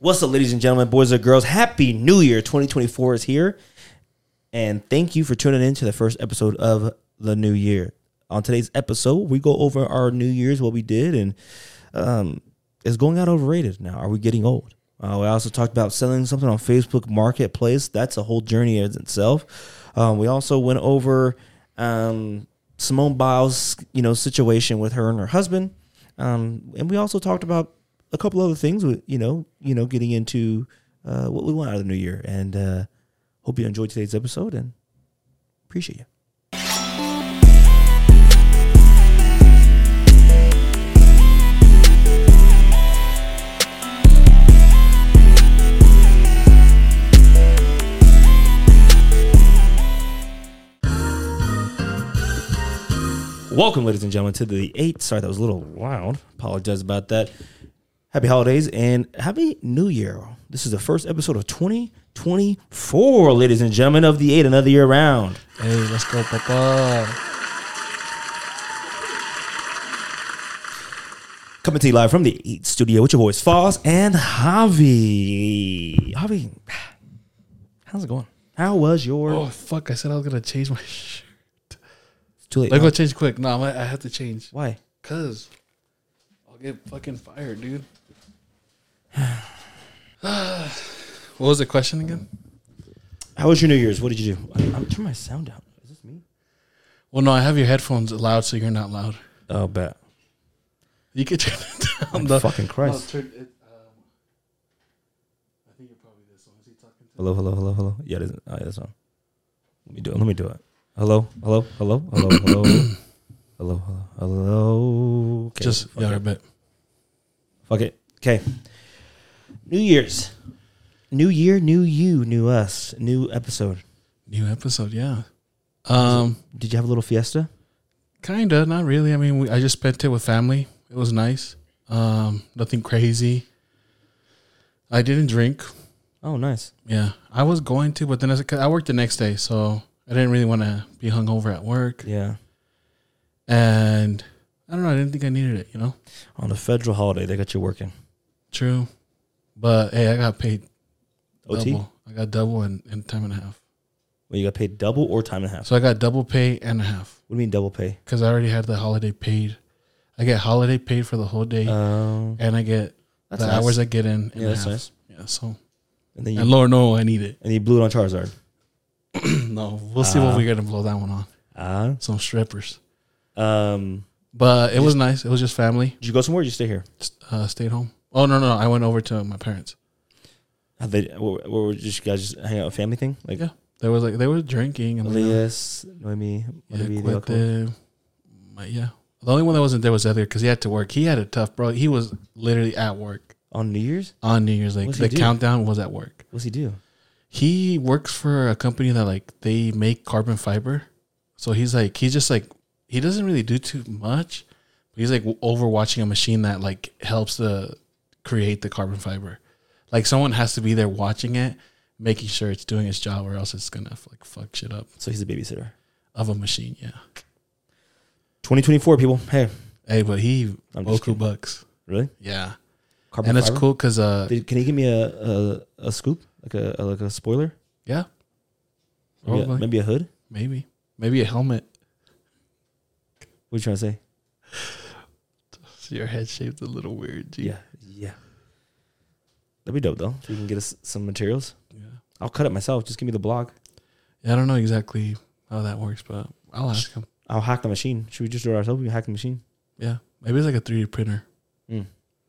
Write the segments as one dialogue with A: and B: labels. A: What's up, ladies and gentlemen, boys and girls? Happy New Year 2024 is here. And thank you for tuning in to the first episode of the new year. On today's episode, we go over our New Year's, what we did, and um, is going out overrated now? Are we getting old? Uh, we also talked about selling something on Facebook Marketplace. That's a whole journey in itself. Um, we also went over um, Simone Biles, you know, situation with her and her husband, um, and we also talked about a couple other things. With you know, you know, getting into uh, what we want out of the new year. And uh, hope you enjoyed today's episode and appreciate you. Welcome, ladies and gentlemen, to the eight. Sorry, that was a little loud. Apologize about that. Happy holidays and happy new year. This is the first episode of 2024, ladies and gentlemen, of the eight, another year round.
B: Hey, let's go, Papa.
A: Coming to you live from the eight studio with your boys, Foss and Javi. Javi,
B: How's it going?
A: how was your.
B: Oh fuck! I said I was gonna change my. Shirt.
A: too late.
B: Let's
A: huh?
B: go change quick. No, I'm, I have to change.
A: Why?
B: Cause I'll get fucking fired, dude. what was the question again?
A: How was your New Year's? What did you do? I'm, I'm turn my sound down. Is this me?
B: Well, no, I have your headphones loud, so you're not loud.
A: Oh, bet.
B: You could turn it down. though.
A: Fucking
B: No,
A: Christ.
B: turn it, um, I think you're probably this one. Is he talking to?
A: Hello, hello, hello, hello. Yeah, it isn't. Oh, yeah, that's on. Let me do it. Let me do it. Hello, hello, hello, hello, hello, hello, hello, hello. Okay.
B: Just
A: fuck
B: yeah, I
A: it.
B: bet.
A: Fuck it. Okay. New Year's, new year, new you, new us, new episode.
B: New episode, yeah. Um,
A: Did you have a little fiesta?
B: Kinda, not really. I mean, we, I just spent it with family. It was nice. Um, nothing crazy. I didn't drink.
A: Oh, nice.
B: Yeah, I was going to, but then as, 'cause I worked the next day, so I didn't really want to be hungover at work.
A: Yeah.
B: And I don't know. I didn't think I needed it. You know,
A: On a federal holiday, they got you working.
B: true. But hey, I got paid
A: OT.
B: double. I got double and, and time and a half.
A: Well, you got paid double or time and a half.
B: So I got double pay and a half
A: What do you mean double pay?
B: because I already had the holiday paid. I get holiday paid for the whole day,
A: Um,
B: and I get
A: that's
B: the
A: nice.
B: hours I get in. And
A: Yeah,
B: a
A: that's
B: half.
A: nice.
B: Yeah, so.
A: And then you
B: And Lord, no, I need it.
A: and you blew it on Charizard.
B: no, we'll see
A: Ah.
B: what we're gonna blow that one on.
A: Ah.
B: Some strippers,
A: Um.
B: but it was nice. It was just family.
A: Did you go somewhere? or Did you stay here?
B: Just, uh, stayed home. Oh no, no, I went over to my parents.
A: How they? Where, where were just you guys just hang out? A family thing? Like
B: Yeah, they was like they were drinking and like,
A: Elias, Noemi,
B: yeah,
A: Olivia,
B: quite
A: Diaco.
B: the, my, yeah. The only one that wasn't there was Edgar because he had to work. He had a tough bro. He was literally at work
A: on New Year's?
B: on New Year's. Like
A: What's he
B: the
A: do?
B: countdown was at work.
A: What's he do?
B: He works for a company that like they make carbon fiber, so he's like he's just like he doesn't really do too much. But he's like w- overwatching a machine that like helps to create the carbon fiber. Like someone has to be there watching it, making sure it's doing its job, or else it's gonna like fuck shit up
A: So he's a babysitter.
B: of a machine. Yeah.
A: 2024 people. Hey,
B: Hey, but he
A: I'm just
B: Boku
A: kidding.
B: bucks.
A: Really?
B: Yeah,
A: Carbon
B: and it's
A: fiber?
B: cool because uh
A: Did, can you give me a, a a scoop, like a, a- like a spoiler?
B: yeah,
A: Maybe a,
B: Probably.
A: maybe a hood.
B: maybe maybe a helmet.
A: What are you trying to say?
B: So your head shaped a little weird. G.
A: Yeah, yeah. That'd be dope though. If you can get us some materials,
B: yeah.
A: I'll cut it myself. Just give me the blog.
B: Yeah, I don't know exactly how that works, but I'll ask him.
A: I'll hack the machine. Should we just do it ourselves? We can hack the machine.
B: Yeah, maybe it's like a three D printer.
A: Mm.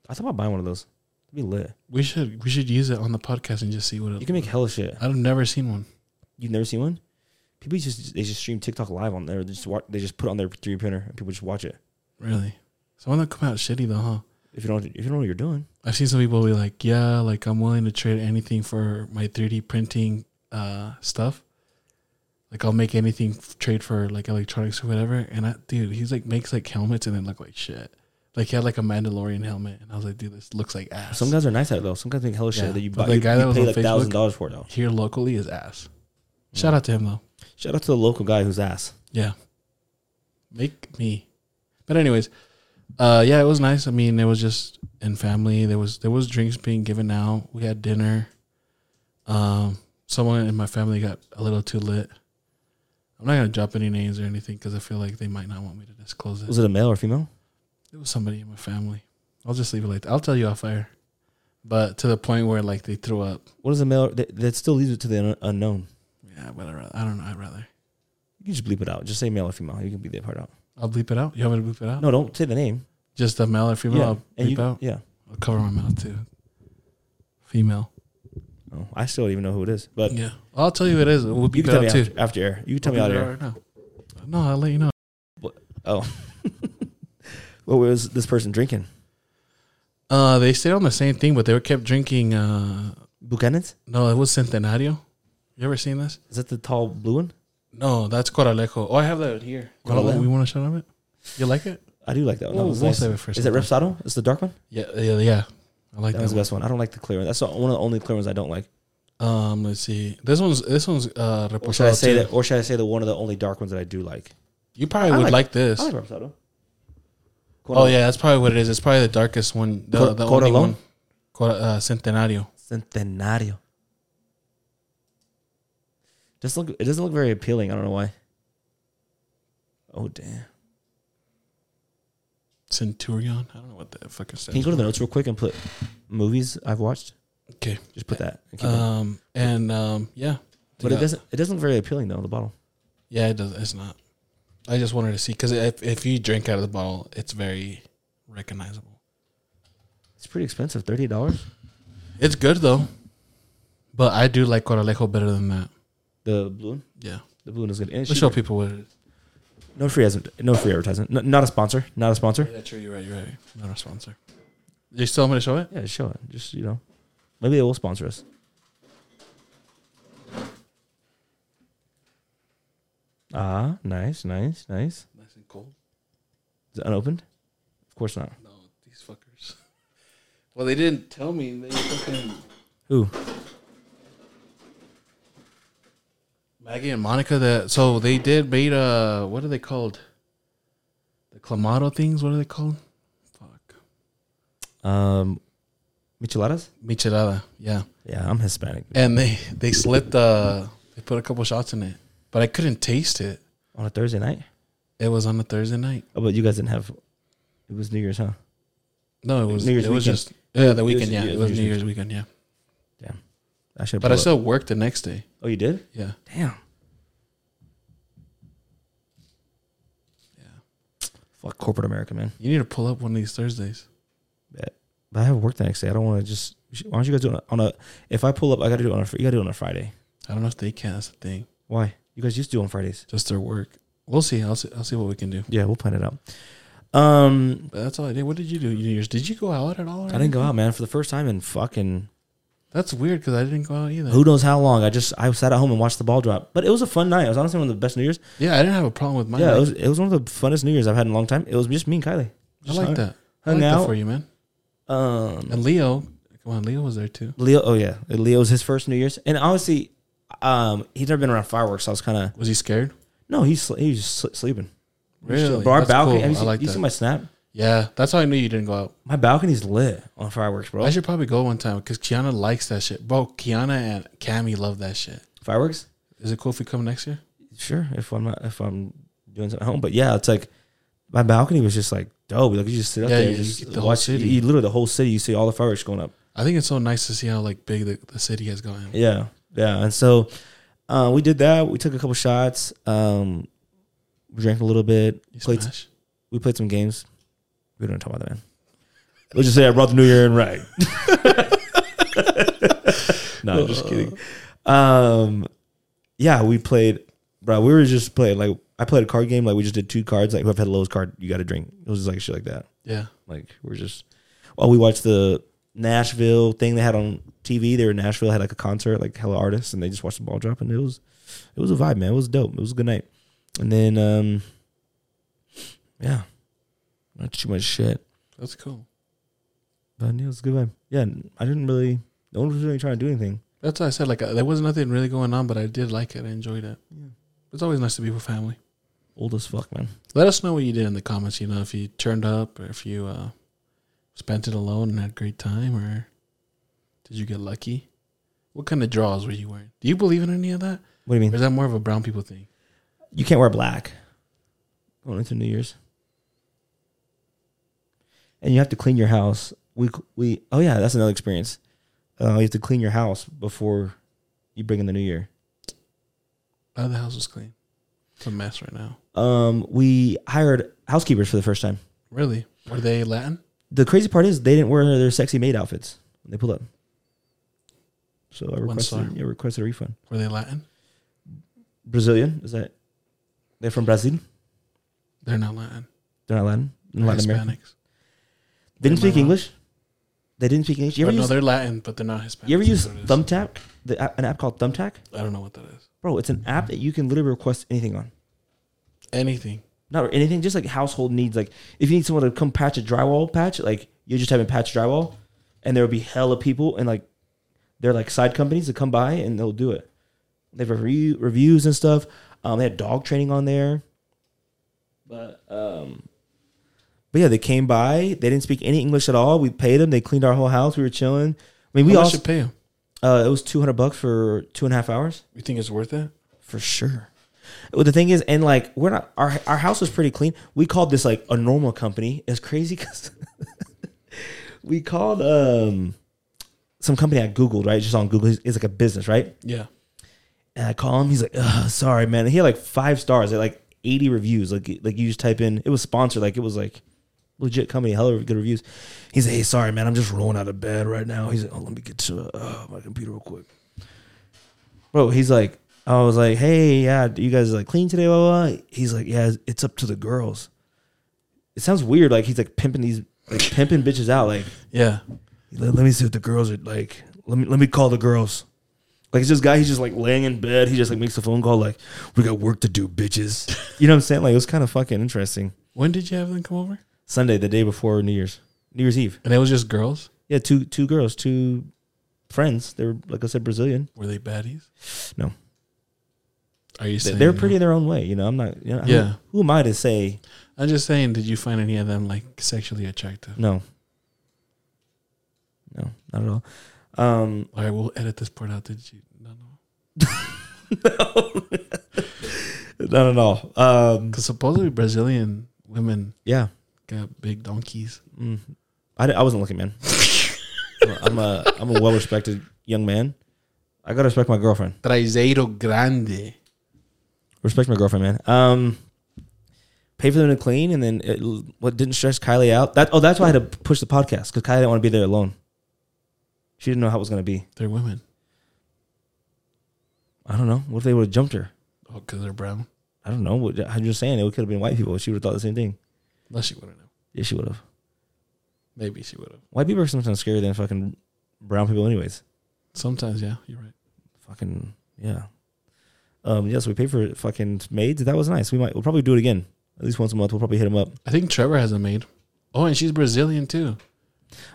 A: I thought about buying one of those. It'd be lit.
B: We should we should use it on the podcast and just see what it.
A: You can make hella shit.
B: I've never seen one.
A: You've never seen one? People just they just stream TikTok live on there. They just watch, they just put it on their 3D printer and people just watch it.
B: Really, someone that come out shitty though, huh?
A: If you don't if you don't know what you're doing,
B: I've seen some people be like, yeah, like I'm willing to trade anything for my three D printing uh stuff. Like I'll make anything f- trade for like electronics or whatever. And I, dude, he's like makes like helmets and then look like shit. Like he had like a Mandalorian helmet, and I was like, dude, this looks like ass.
A: some guys are nice at it though. Some guys make hella
B: Yeah,
A: shit that you
B: but
A: buy.
B: the
A: you,
B: guy
A: you
B: that was
A: pay
B: on
A: like
B: Facebook-
A: thousand dollars for it though.
B: here locally is ass. Shout out to him though.
A: Shout out to the local guy who's ass.
B: Yeah. Make me. But anyways, Uh, yeah, it was nice. I mean, it was just in family. There was there was drinks being given out. We had dinner. Um, someone in my family got a little too lit. I'm not gonna drop any names or anything because I feel like they might not want me to disclose it.
A: Was it a male or female?
B: It was somebody in my family. I'll just leave it like that. I'll tell you off air. But to the point where like they threw up.
A: What is a male? That, that still leaves it to the un- unknown.
B: Yeah, but I, rather, I don't know. I'd rather
A: You can just bleep it out. Just say male or female. You can bleep that part out.
B: I'll bleep it out. You want me to bleep it out?
A: No, don't say the name.
B: Just the male or female. I'll
A: and
B: bleep
A: you,
B: out.
A: yeah.
B: I'll cover my mouth too. Female.
A: Oh, I still don't even know who it is, but
B: Yeah. I'll tell you who it is. We'll
A: you
B: bleep
A: can
B: it
A: tell me
B: out too.
A: after, after air. You can tell me
B: We'll
A: out
B: bleep it
A: air.
B: out right now. No, I'll let you know.
A: What was this person drinking?
B: Uh, they stayed on the same thing, but they were kept drinking. Uh,
A: Buchanan's?
B: no, it was Centenario. You ever seen this?
A: Is that the tall blue one?
B: No, that's Coralejo. Oh, I have that here.
A: Coralejo.
B: Coralejo. We want to shut on it. You like it?
A: I do like that one. That
B: We'll-
A: was
B: we'll
A: nice.
B: save it for
A: Is that Repsado? It's the dark one?
B: Yeah, yeah, yeah. I like
A: That
B: that.
A: was the
B: one.
A: best one. I don't like the clear one. That's the- one of the only clear ones I don't like.
B: Um, let's see. This one's this one's uh
A: Or should I
B: reposado
A: say
B: too.
A: that? Or should I say the one of the only dark ones that I do like?
B: You probably
A: I
B: would
A: like-
B: like, this.
A: I like Repsado.
B: oh yeah, that's probably what it is. It's probably the darkest one. The,
A: Cor-
B: the only
A: Coralón?
B: one. Cor- uh, Centenario.
A: Centenario. Just look. It doesn't look very appealing. I don't know why. Oh damn!
B: Centurion. I don't know what that fucking
A: Can you
B: stands.
A: go to the notes real quick and put movies I've watched?
B: for. Okay.
A: Just put that. and keep it.
B: Um and um yeah.
A: but it doesn't. It doesn't look very appealing though. The bottle.
B: Yeah, it does. It's not. I just wanted to see because if if you drink out of the bottle, it's very recognizable.
A: It's pretty expensive. Thirty dollars.
B: It's good though, but I do like Coralejo better than that.
A: The blue one.
B: Yeah,
A: The blue one is good. And it's
B: let's show
A: cheaper.
B: people what it is.
A: no free as no free advertisement. No, not a sponsor. Not a sponsor.
B: Yeah, true. You're right. You're right. Not a sponsor. You still want me to show it?
A: Yeah, just show it. Just you know, maybe they will sponsor us. Ah, nice, nice, nice.
B: Nice and cold.
A: Is it unopened? Of course not.
B: No, these fuckers. Well, they didn't tell me. They fucking
A: Who?
B: Maggie and Monica. That so they did made uh what are they called? The clamato things. What are they called? Fuck.
A: Um, micheladas.
B: Michelada. Yeah.
A: Yeah, I'm Hispanic.
B: and they they slipped uh they put a couple shots in it but i couldn't taste it
A: On a Thursday night.
B: it was on a thursday night
A: Oh, but you guys didn't have. It was New Year's, huh?
B: no it was
A: New Year's
B: it was
A: weekend.
B: just yeah the weekend
A: New
B: yeah
A: Year's-
B: it was
A: New
B: new year's weekend yeah
A: Damn. I should.
B: but i still worked the next day
A: Oh, you did?
B: yeah
A: Damn.
B: yeah
A: Fuck corporate America, man.
B: you need to pull up one of these thursdays
A: Bet. But I have work the next day. I don't want to just. Why don't you guys do it on a? If I pull up, I got to do it on a. You got to do it on a Friday.
B: i don't know if they can that's the thing
A: Why? You guys used to do it on Fridays.
B: just their work we'll see i'll see, I'll see what we can do
A: Yeah, we'll plan it out. Um,
B: but that's all i did what did you do new year's did you go out at all or
A: I didn't go
B: anything?
A: out, man, for the first time in fucking
B: that's weird because i didn't go out either
A: who knows how long. I just I sat at home and watched the ball drop. But it was a fun night. It was honestly one of the best New Year's.
B: yeah i didn't have a problem with mine
A: yeah,
B: I,
A: it was it was one of the funnest New Year's I've had in a long time. It was just me and Kylie.
B: I like that i
A: hung
B: like
A: out.
B: that for you man
A: Um,
B: and leo come on leo was there too
A: Leo. Oh yeah, Leo's his first New Year's, and honestly, um, he's never been around fireworks. So I was kind of
B: was he scared
A: no. He's sl- he's just sl- sleeping.
B: Really?
A: But our
B: That's
A: balcony.
B: cool.
A: Have you
B: I
A: seen,
B: like
A: you
B: that.
A: seen my snap?
B: Yeah, that's how I knew you didn't go out.
A: My balcony's lit on fireworks, bro.
B: I should probably go one time because Kiana likes that shit. Bro, Kiana and Cammy love that shit.
A: Fireworks.
B: Is it cool if we come next year?
A: sure if I'm not, if I'm doing something at home. But yeah, it's like my balcony was just like dope. Like you just sit up
B: Yeah,
A: there,
B: you
A: and just
B: get
A: the
B: the whole
A: watch.
B: city.
A: You, you literally the whole city. You see all the fireworks going up.
B: I think it's so nice to see how like big the, the city has gotten.
A: Yeah, yeah. And so uh, we did that. We took a couple shots. Um, we drank a little bit.
B: You
A: Played,
B: smash.
A: we played some games. We don't talk about that, man. Let's just say I brought the New Year in right. no, I'm just kidding. Um, yeah, we played, bro. We were just playing like I played a card game. Like we just did two cards. Like whoever had the lowest card, you got to drink. It was just like shit like that.
B: Yeah.
A: Like we're just. Well, we watched the Nashville thing they had on TV. They were in Nashville, had like a concert, like hella artists, and they just watched the ball drop, and it was, it was a vibe, man. It was dope. It was a good night. And then, um, yeah, not too much shit,
B: That's cool.
A: but it was a good vibe. Yeah, I didn't really. No one was really trying to do anything.
B: That's why I said like uh, there was nothing really going on, but I did like it. I enjoyed it.
A: Yeah.
B: It's always nice to be with family.
A: Old as fuck, man.
B: Let us know what you did in the comments. You know, if you turned up or if you uh, spent it alone and had a great time, or did you get lucky? What kind of draws were you wearing? Do you believe in any of that?
A: What do you
B: Or
A: mean?
B: is that more of a brown people thing?
A: You can't wear black going into New Year's, and you have to clean your house. We we oh yeah, that's another experience. Uh, you have to clean your house before you bring in the New Year.
B: Oh, the house was clean. It's a mess right now.
A: um, we hired housekeepers for the first time.
B: Really? Were they Latin?
A: The crazy part is they didn't wear their sexy maid outfits when they pulled up. So I
B: One
A: requested,
B: star.
A: yeah, requested a refund.
B: Were they Latin?
A: Brazilian is that? They're from Brazil.
B: They're not Latin.
A: They're not Latin.
B: They're
A: In Latin
B: Hispanics.
A: America, they didn't
B: Am I
A: speak
B: wrong?
A: English. They didn't speak English. You ever
B: But no,
A: use,
B: they're Latin, but they're not Hispanic.
A: you ever use
B: That's what it is.
A: Thumbtack? The, app- an app called Thumbtack,
B: I don't know what that is.
A: bro. It's an app that you can literally request anything on.
B: Anything.
A: Not anything, just like household needs. Like if you need someone to come patch a drywall patch, like you just have a patch drywall, and there will be hella people and like they're like side companies that come by and they'll do it. They have review, reviews and stuff. Um, they had dog training on there, but um, but yeah, they came by. They didn't speak any English at all. We paid them. They cleaned our whole house. We were chilling. I mean,
B: We
A: we
B: How
A: all
B: much you pay 'em?
A: uh, it was two hundred bucks for two and a half hours
B: You think it's worth it?
A: for sure. Well, the thing is, and like we're not our our house was pretty clean. We called this like a normal company. It's crazy because we called um some company I googled right, just on Google. It's, it's like a business, right?
B: Yeah.
A: And I call him. He's like, Ugh, "Sorry, man." And he had like five stars. At like eighty reviews. Like like you just type in. It was sponsored. Like it was like legit company. Hell, good reviews. He's like, "Hey, sorry, man. I'm just rolling out of bed right now." He's like, "Oh, let me get to uh, my computer real quick." Bro, he's like, I was like, "Hey, yeah, do you guys like clean today?" Blah, blah, blah. He's like, "Yeah, it's up to the girls." It sounds weird. Like he's like pimping these like pimping bitches out. Like
B: Yeah.
A: let, let me see if the girls are like. Let me let me call the girls. Like it's this guy, he's just like laying in bed. He just like makes a phone call, like we got work to do, bitches. You know what I'm saying? Like it was kind of fucking interesting.
B: When did you have them come over?
A: Sunday, the day before New Year's, New Year's Eve.
B: And it was just girls?
A: Yeah, two two girls, two friends. They were like I said, Brazilian.
B: Were they baddies?
A: No.
B: Are you
A: They-
B: saying
A: They're
B: no?
A: pretty in their own way. You know, I'm not. You know, who-
B: Yeah.
A: Who, am I to say
B: I'm just saying, did you find any of them like sexually attractive?
A: no? No, not at all. Um,
B: All right, we'll edit this part out. Did you? No, no.
A: not at all. Um,
B: Because supposedly Brazilian women
A: yeah.
B: got big donkeys.
A: Mm. I, di- I wasn't looking, man. I'm a- I'm a I'm a well respected young man. I gotta respect my girlfriend.
B: Traseiro grande.
A: Respect my girlfriend, man. Um, pay for them to clean, and then it, what didn't stress Kylie out? That oh, that's why I had to push the podcast because Kylie didn't want to be there alone. She didn't know how it was gonna be.
B: They're women.
A: I don't know. What if they would have jumped her?
B: Oh, because they're brown.
A: I don't know. What- I'm just saying it could have been white people. She would have thought the same thing.
B: No, she wouldn't have.
A: Yeah, she would have.
B: Maybe she would have.
A: White people are sometimes scarier than fucking brown people, anyways.
B: Sometimes, yeah, you're right.
A: fucking yeah. Um, yes, we paid for fucking maids. That was nice. We might we'll probably do it again at least once a month. We'll probably hit them up.
B: I think Trevor has a maid. Oh, and she's Brazilian too.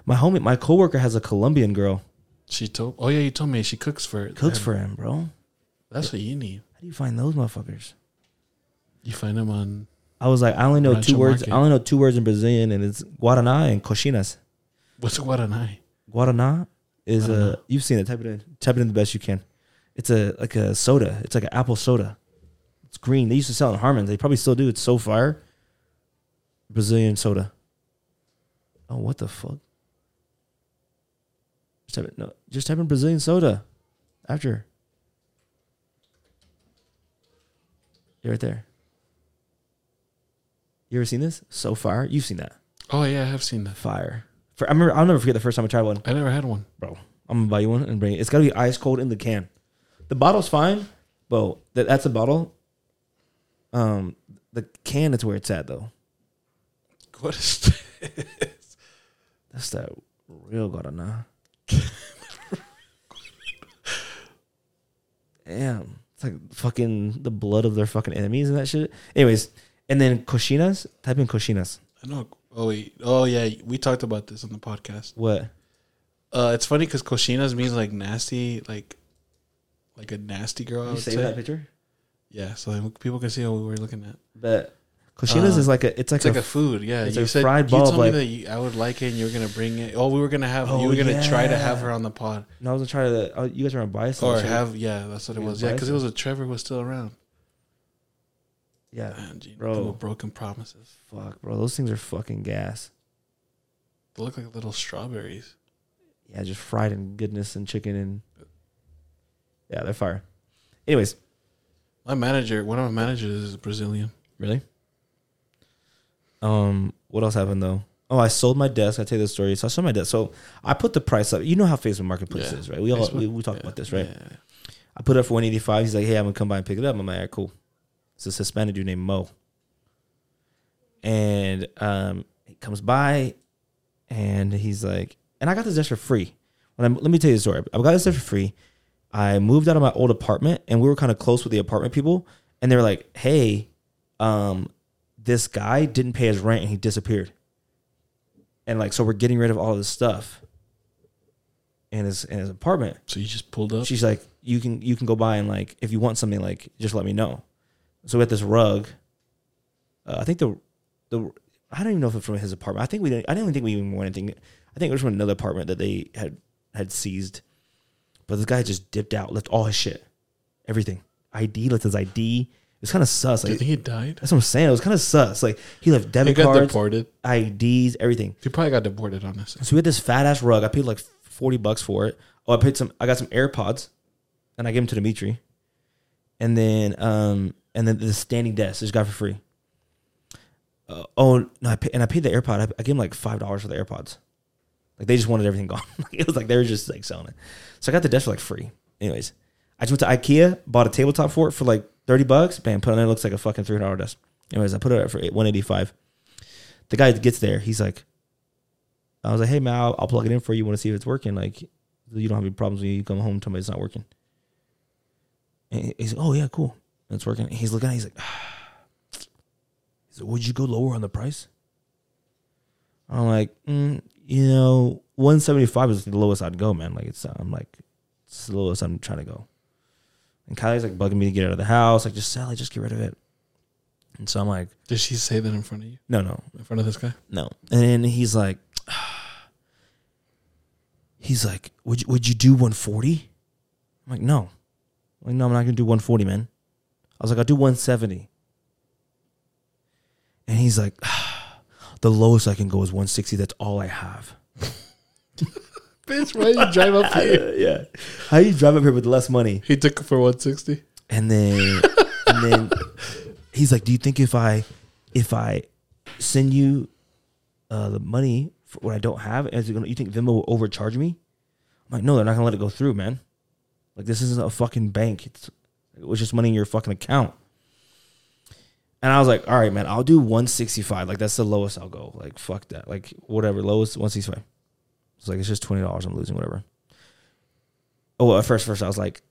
A: My homie, my coworker has a Colombian girl.
B: She told. Oh yeah, you told me she cooks for.
A: Cooks
B: them.
A: for him, bro. How
B: That's what you need.
A: do you find those motherfuckers?
B: You find them on.
A: I was like, I only know
B: Rancho
A: two words.
B: Market.
A: I only know two words in Brazilian, and it's Guaraná and cochinas.
B: What's Guaraná?
A: Guaraná is a
B: Guaraná.
A: you've seen it. Type it in. Type it in the best you can. It's a like a soda. It's like an apple soda. It's green. They used to sell it in Harmons. They probably still do. It's so fire. Brazilian soda. Oh, what the fuck? Just type it. No, just type in Brazilian soda. After. You're right there. You ever seen this? So fire. You've seen that.
B: Oh yeah, I have seen that.
A: Fire. For, I remember. I'll never forget the first time I tried one
B: I never had one.
A: bro. I'm gonna buy you one and bring it. It's gotta be ice cold in the can. The bottle's fine, but that, that's a bottle. Um, the can is where it's at though.
B: What is that?
A: That's that real guaraná. Damn, it's like fucking the blood of their fucking enemies and that shit. Anyways, and then cochinas. Type in cochinas.
B: I know. Oh wait. Oh yeah, we talked about this on the podcast.
A: What?
B: Uh, it's funny because cochinas means like nasty, like like a nasty girl. I
A: You
B: would
A: save
B: say.
A: that picture?
B: Yeah, so then people can see what we were looking at.
A: But cochinas
B: Uh,
A: is like a it's like
B: It's like
A: a,
B: a food, yeah.
A: it's
B: you
A: a
B: said
A: fried
B: you
A: ball,
B: told me
A: like-
B: that you, I would like it, and you were gonna bring it. Oh, we were gonna have
A: Oh,
B: you were gonna try to have
A: yeah.
B: her on the pod
A: no, I was trying to. Oh, you guys are gonna buy some
B: or
A: shit.
B: have yeah, that's what it
A: Yeah,
B: was. Yeah,
A: buy
B: because it
A: some.
B: was a Trevor was still around.
A: yeah.
B: Man, Gene,
A: Bro.
B: little broken promises.
A: Fuck, bro, those things are fucking gas.
B: They look like little strawberries.
A: Yeah, just fried in goodness and chicken and yeah, they're fire. Anyways,
B: My manager, one of my managers, is Brazilian.
A: Really? Um, what else happened though? Oh, I sold my desk. I tell you the story. So I sold my desk. So I put the price up. You know how Facebook Marketplace
B: Yeah.
A: is, right? We all
B: Facebook?
A: we, we talked about this, right?
B: Yeah.
A: I put it up for one eighty five. He's like, "Hey, I'm gonna come by and pick it up." I'm like, "All right, "Cool." It's this Hispanic dude named Mo, and um, he comes by, and he's like, "And I got this desk for free." When I, let me tell you the story. I got this desk for free. I moved out of my old apartment, and we were kind of close with the apartment people, and they were like, "Hey, um, this guy didn't pay his rent, and he disappeared." And like, so we're getting rid of all this stuff in his in his apartment.
B: So you just pulled up.
A: She's like, you can you can go by and like if you want something like just let me know. So we had this rug. Uh, I think the the I don't even know if it's from his apartment. I think we didn't. I didn't even think we even won anything. I think it was from another apartment that they had had seized. But this guy just dipped out, left all his shit, everything, ID, left his ID. It was kind of sus.
B: Do you
A: Like,
B: think he died?
A: that's what I'm saying. It was kind of sus. Like he left
B: He
A: debit
B: got
A: cards,
B: deported.
A: IDs, everything.
B: He probably got deported, honestly.
A: So we had this fat ass rug. I paid like forty bucks for it. Oh, I paid some. I got some AirPods, and I gave them to Dimitri. And then, um, and then the standing desk I just got for free. Uh, oh no! I pay, and I paid the AirPod. I, I gave him like five dollars for the AirPods. Like they just wanted everything gone. Like, it was like they were just like selling it. So I got the desk for like free. Anyways, I just went to IKEA, bought a tabletop for it for like thirty bucks. Bam, put it on there. It looks like a fucking three hundred dollar desk. Anyways, I put it up for one eighty five. The guy gets there. He's like, I was like, hey man, I'll, I'll plug it in for you. Want to see if it's working? Like, you don't have any problems when you come home. Tell me it's not working. And he- he's like, oh yeah, cool, And it's working. And he's looking at, it, he's like, he's like, would you go lower on the price? I'm like, mm, you know, one seventy five is the lowest I'd go, man. Like it's, I'm like, it's the lowest I'm trying to go. And Kylie's like bugging me to get out of the house, like just sell it, just get rid of it. And so I'm like,
B: Did she say that in front of you?
A: no, no,
B: In front of this guy?
A: no. And then he's like, he's like, would you, would you do 140? I'm like, no. I'm like, no, I'm not gonna do 140, man. I was like, I'll do 170. And he's like, the lowest I can go is 160. That's all I have.
B: Bitch, why did you drive up here?
A: uh, yeah. How you drive up here with less money?
B: He took it for 160.
A: And then and then he's like, "Do you think if I if I send you uh, the money for what I don't have, is it gonna, you think Venmo will overcharge me?" I'm like, "No, they're not gonna let it go through, man. Like this isn't a fucking bank. It's it was just money in your fucking account." And I was like, "All right, man, I'll do 165. Like that's the lowest I'll go. Like fuck that. Like whatever, lowest 165." It's like it's just twenty dollars. I'm losing whatever. Oh, well, at first, first I was like,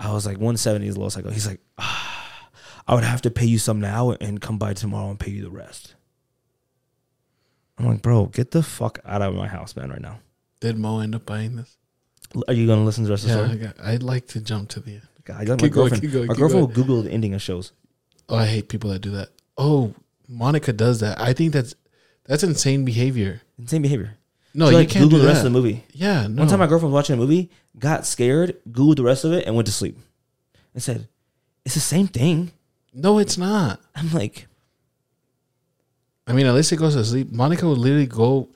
A: I was like one seventy is the lowest I go. He's like, ah, I would have to pay you some now and come by tomorrow and pay you the rest. I'm like, bro, get the fuck out of my house, man, right now.
B: Did Mo end up buying this?
A: L- Are you gonna listen to the rest of the
B: Yeah, I
A: story?
B: got, I'd like to jump to the end.
A: God, like my
B: Keep going,
A: girlfriend,
B: keep going,
A: my
B: keep
A: girlfriend will Google the ending of shows.
B: Oh, I hate people that do that. Oh, Monica does that. I think that's that's insane behavior.
A: Insane behavior.
B: No,
A: She,
B: you
A: like,
B: can't
A: Google
B: do
A: the
B: that.
A: rest of the movie.
B: yeah, no.
A: One time my girlfriend was watching a movie, got scared, Googled the rest of it, and went to sleep. And said, It's the same thing.
B: no, it's not.
A: I'm like,
B: I mean, at least it goes to sleep. Monica would literally go.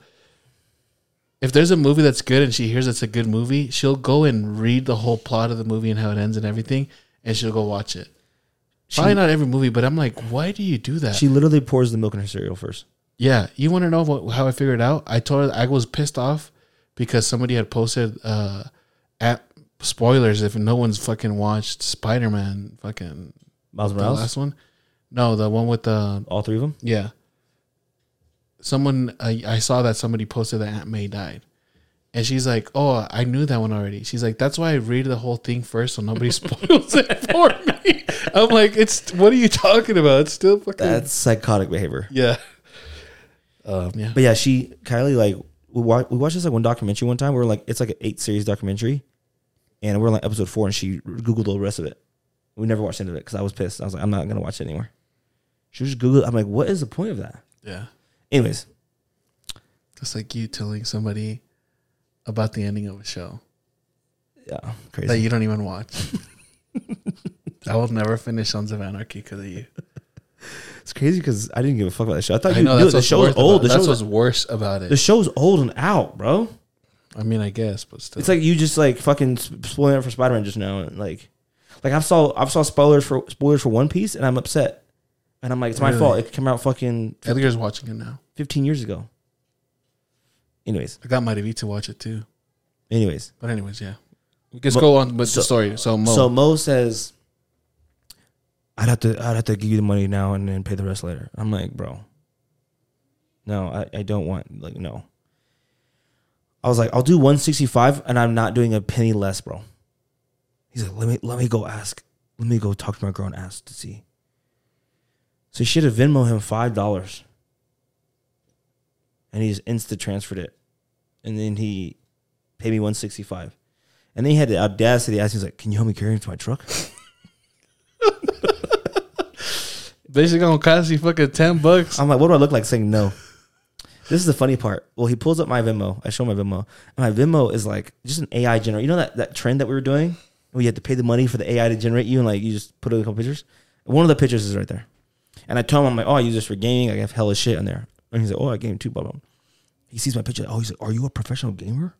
B: If there's a movie that's good and she hears it's a good movie, she'll go and read the whole plot of the movie and how it ends and everything, and she'll go watch it.
A: She-
B: Probably not every movie, but I'm like, why do you do that?
A: She literally pours the milk in her cereal first.
B: Yeah, you want to know what, how I figured it out? I told her I was pissed off because somebody had posted uh, at spoilers if no one's fucking watched Spider Man fucking
A: Miles
B: the
A: Morales,
B: last one. No, the one with the
A: all three of them.
B: yeah. Someone I, I saw that somebody posted that Aunt May died, and she's like, "Oh, I knew that one already." She's like, "That's why I read the whole thing first, so nobody spoils it for me." I'm like, "It's what are you talking about? It's still fucking
A: That's psychotic behavior.
B: yeah." Um, yeah.
A: But yeah, she Kylie like we watched we watched this like one documentary one time. We were like it's like an eight series documentary, and we're on like episode four, and she googled the rest of it. We never watched any of it because I was pissed. I was like, I'm not gonna watch it anymore. She was just Google. It. I'm like, what is the point of that?
B: Yeah.
A: Anyways,
B: Just like you telling somebody about the ending of a show
A: yeah, crazy.
B: that you don't even watch. I will never finish Sons of Anarchy because of you.
A: it's crazy because I didn't give a fuck about the show. I thought
B: I
A: you
B: know
A: knew it.
B: that's
A: the
B: what's
A: show's
B: worse
A: old.
B: about-
A: The
B: That's
A: show's,
B: what's worse about
A: the
B: it.
A: show's old and out, bro.
B: I mean, I guess, but still.
A: It's like you just like fucking sp- spoiling it for Spider Man just now, and like, like I've saw I've saw spoilers for spoilers for One Piece, and I'm upset, and I'm like, it's my
B: Really?
A: fault. It came out fucking
B: Edgar's watching it now.
A: 15 years ago. Anyways,
B: I got my TV to watch it too.
A: anyways,
B: But anyways, yeah. Let's
A: Mo-
B: go on with
A: so-
B: the story. So Mo,
A: so Mo says, I'd have to I'd have to give you the money now and then pay the rest later. I'm like, bro, no, I, I don't want like no. I was like, I'll do 165, and I'm not doing a penny less, bro. He's like, let me let me go ask, let me go talk to my girl and ask to see. So she had to Venmo him five dollars, and he just insta transferred it, and then he paid me 165. And then he had the audacity to ask me, he's like, Can you help me carry him to my truck?
B: basically gonna cost you fucking ten bucks.
A: I'm like, What do I look like saying no? This is the funny part. Well, he pulls up my Venmo. I show him my Venmo. And my Venmo is like just an AI generate. You know that, that trend that we were doing? Where you had to pay the money for the AI to generate you and like you just put in a couple pictures? One of the pictures is right there. And I tell him, I'm like, Oh, I use this for gaming. I have hella shit on there. And he's like, Oh, I game too, blah, blah. He sees my picture. Oh, he's like, Are you a professional gamer?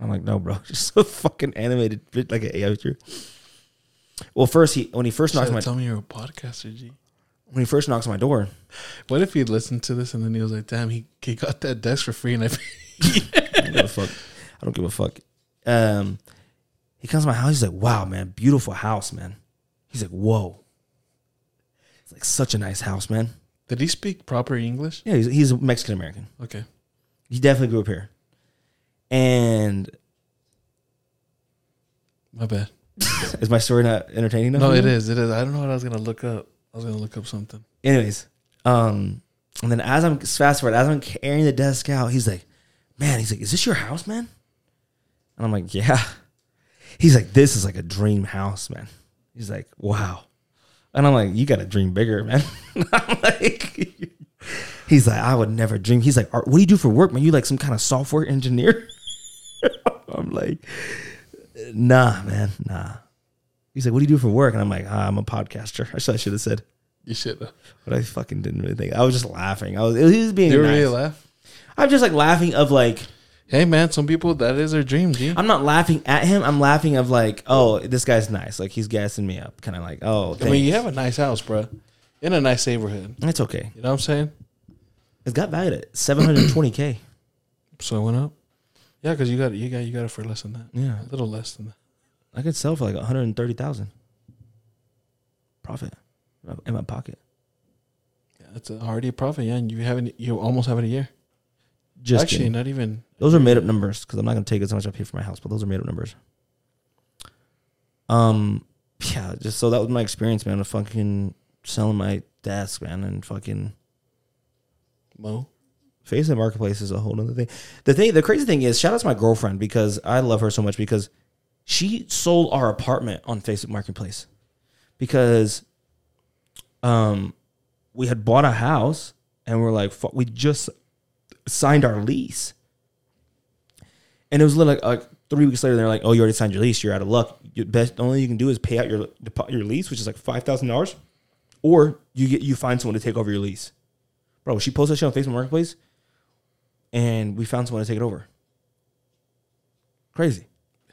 A: I'm like, No, bro. Just a fucking animated, bit- like an AI picture. Well, first, he when he first knocks
B: Should've
A: my
B: Tell me you're a podcaster, G.
A: when he first knocks on my door,
B: What if he listened to this and then he was like, "Damn, he, he got that desk for free," and I
A: I don't give a fuck. I don't give a fuck. Um, he comes to my house. He's like, "Wow, man, beautiful house, man." He's like, "Whoa." It's like such a nice house, man.
B: did he speak proper English?
A: Yeah, he's he's Mexican American.
B: Okay,
A: He definitely grew up here, and
B: my bad.
A: is my story not entertaining enough?
B: No,
A: for you?
B: it is. It is. I don't know what I was gonna look up. I was gonna look up something.
A: Anyways, um, and then as I'm fast forward, as I'm carrying the desk out, he's like, "Man," he's like, "Is this your house, man?" And I'm like, "Yeah." He's like, "This is like a dream house, man." He's like, "Wow," and I'm like, "You got to dream bigger, man." I'm like, he's like, "I would never dream." He's like, "Are- "What do you do for work, man? You like some kind of software engineer?" I'm like, "Nah, man, nah." He's like, "What do you do for work?" And I'm like, ah, "I'm a podcaster." I should I should have said.
B: You should. have.
A: But I fucking didn't really think. I was just laughing. I was he was being
B: You were
A: nice.
B: really laugh.
A: I'm just like laughing of like
B: Hey man, some people that is their dream, G.
A: I'm not laughing at him. I'm laughing of like, oh, this guy's nice. Like he's gassing me up. Kind of like, oh,
B: I mean, you
A: thanks.
B: have a nice house, bro, in a nice neighborhood.
A: it's okay.
B: You know what I'm saying?
A: It's got valued at 720k.
B: So it went up. Yeah, because you got you got you got it for less than that.
A: Yeah.
B: a little less than that.
A: I could sell for like 130,000 profit in my pocket.
B: Yeah, that's already a profit. Yeah, and you haven't you almost have it a year.
A: Just
B: Actually,
A: kidding.
B: not even.
A: those are made up numbers because I'm not gonna take as much I pay for my house, but those are made up numbers. Um, yeah, just so that was my experience, man. Of fucking selling my desk, man, and fucking
B: Mo.
A: Facebook Marketplace is a whole other thing. The thing, the crazy thing is, shout out to my girlfriend because I love her so much because she sold our apartment on Facebook Marketplace because um we had bought a house and we're like fuck, we just signed our lease and it was literally like, like three weeks later they're like oh you already signed your lease you're out of luck you best the only thing you can do is pay out your depo- your lease which is like five thousand dollars or you get you find someone to take over your lease bro she posted that shit on Facebook Marketplace and we found someone to take it over crazy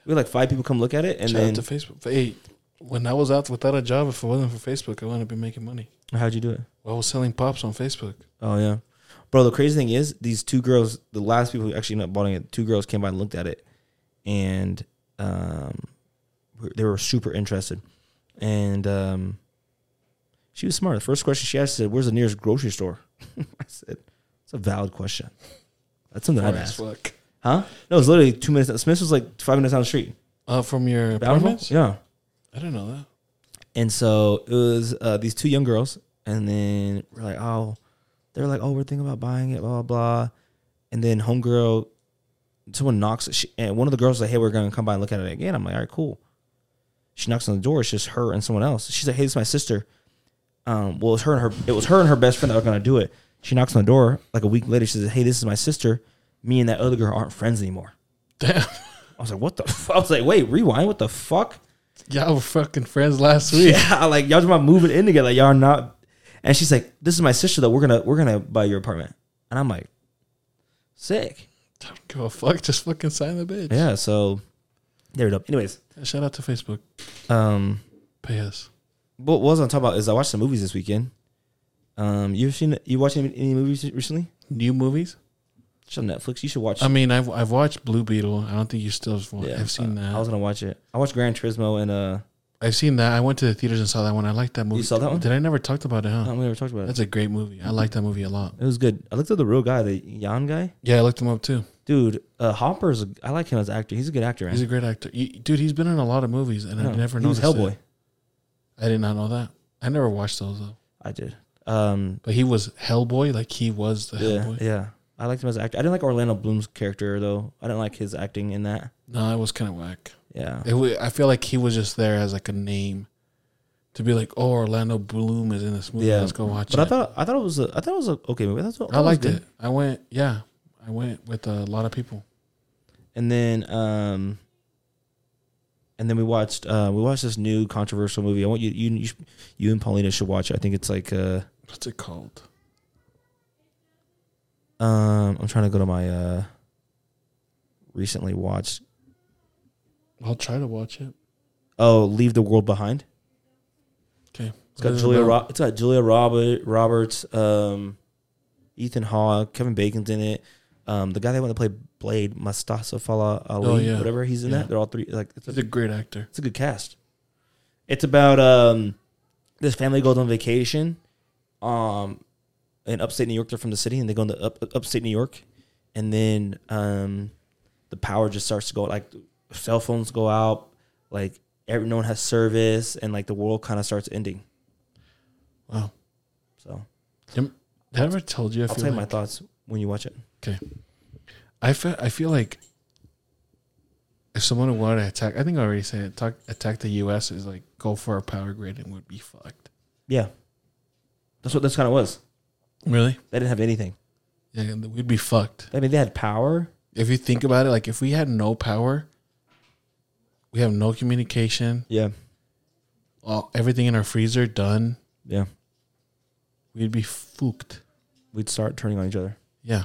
A: we had like five people come look at it and
B: Shout
A: then
B: out to Facebook. Hey, when I was out without a job, if it wasn't for Facebook, I wouldn't be making money.
A: how'd you do it
B: I was selling pops on Facebook.
A: Oh yeah, bro. The crazy thing is, these two girls, the last people who actually ended up buying it, two girls came by and looked at it, and um, they were super interested. And um, she was smart. The first question she asked said, "Where's the nearest grocery store?" I said, "It's a valid question. That's something I'd
B: Far as
A: ask."
B: fuck.
A: Huh? No, it was literally two minutes. Smith's was like five minutes down the street.
B: Uh, from your
A: Bountiful?
B: apartments?
A: Yeah.
B: I didn't know that.
A: And so it was uh, these two young girls, and then we're like, oh, they're like, oh, we're thinking about buying it, blah blah blah. And then homegirl, someone knocks, she, and one of the girls like, hey, we're gonna come by and look at it again. I'm like, all right, cool. She knocks on the door. It's just her and someone else. She's like, "Hey, this is my sister." Um, well, it's her and her. It was her and her best friend that were gonna do it. She knocks on the door. Like a week later, she says, "Hey, this is my sister. Me and that other girl aren't friends anymore."
B: Damn.
A: I was like, "What the?" F-? I was like, "Wait, rewind. What the fuck?"
B: Y'all were fucking friends last week.
A: Yeah, like y'all just about moving in together. Like, y'all are not. And she's like, "This is my sister. Though we're gonna we're gonna buy your apartment." And I'm like, "Sick."
B: Don't give a fuck. Just fucking sign the bitch.
A: Yeah. So there we go. Anyways,
B: Shout out to Facebook.
A: um,
B: Pay us.
A: what was on top about is I watched some movies this weekend. Um, you've seen you watched any, any movies recently?
B: New movies?
A: It's on Netflix. You should watch.
B: I mean, I've I've watched Blue Beetle. I don't think you still have
A: Yeah,
B: I've seen
A: I,
B: that.
A: I was gonna watch it. I watched Gran Turismo and uh,
B: I've seen that. I went to the theaters and saw that one. I liked that movie.
A: saw that one? Oh.
B: Did I never talked about it? Huh?
A: I don't know, we never talked about it.
B: That's a great movie. I like that movie a lot.
A: It was good. I looked at the real guy, the Yan guy,
B: Yeah, I looked him up too.
A: dude. Uh, Hopper's. I like him as an actor. He's a good actor. Man.
B: He's a great actor, you, dude. He's been in a lot of movies, and I
A: Yeah.
B: never
A: He was
B: noticed.
A: Hellboy.
B: it. I did not know that. I never watched those though.
A: I did. Um,
B: But he was Hellboy, like he was the
A: yeah,
B: Hellboy.
A: yeah. I liked him as an actor. I didn't like Orlando Bloom's character though. I didn't like his acting in that.
B: No, it was kind of whack.
A: Yeah,
B: It wa- I feel like he was just there as like a name, to be like, oh, Orlando Bloom is in this movie.
A: Yeah.
B: Let's go watch
A: but I
B: it.
A: thought I thought it was a, I thought it was a okay movie. I, thought,
B: I liked it. I went, yeah, I went with a lot of people.
A: And then um, and then we watched uh, we watched this new controversial movie. I want you you you, sh- you and Paulina should watch it. I think it's like uh,
B: What's it called?
A: um, I'm trying to go to my uh, recently watched.
B: I'll try to watch it.
A: Oh, leave the world behind.
B: Okay,
A: It's got Julia. Ro- it's got Julia Robert, Roberts, um, Ethan Hawke, Kevin Bacon's in it. Um, the guy that went to play Blade, Mustafa Fala Ali,
B: Oh, yeah.
A: whatever he's in
B: Yeah.
A: that. They're all three. Like it's a,
B: He's a great actor.
A: it's a good cast. It's about um, this family goes on vacation, um, in upstate New York. They're from the city, and they go into up, upstate New York, and then um, the power just starts to go. Like cell phones go out. Like every, no one has service, and like the world kind of starts ending.
B: Wow.
A: So
B: Did I ever told you? I
A: I'll
B: feel
A: tell you my
B: like,
A: thoughts when you watch it.
B: I feel. I feel like if someone wanted to attack, I think I already said it, attack, attack the U.S. is like go for a power grid and would be fucked.
A: Yeah, that's what this kind of was.
B: Really?
A: They didn't have anything.
B: Yeah, and we'd be fucked.
A: I mean, they had power.
B: If you think about it, like if we had no power, we have no communication,
A: Yeah,
B: all, everything in our freezer done,
A: yeah.
B: we'd be fucked.
A: We'd start turning on each other.
B: Yeah,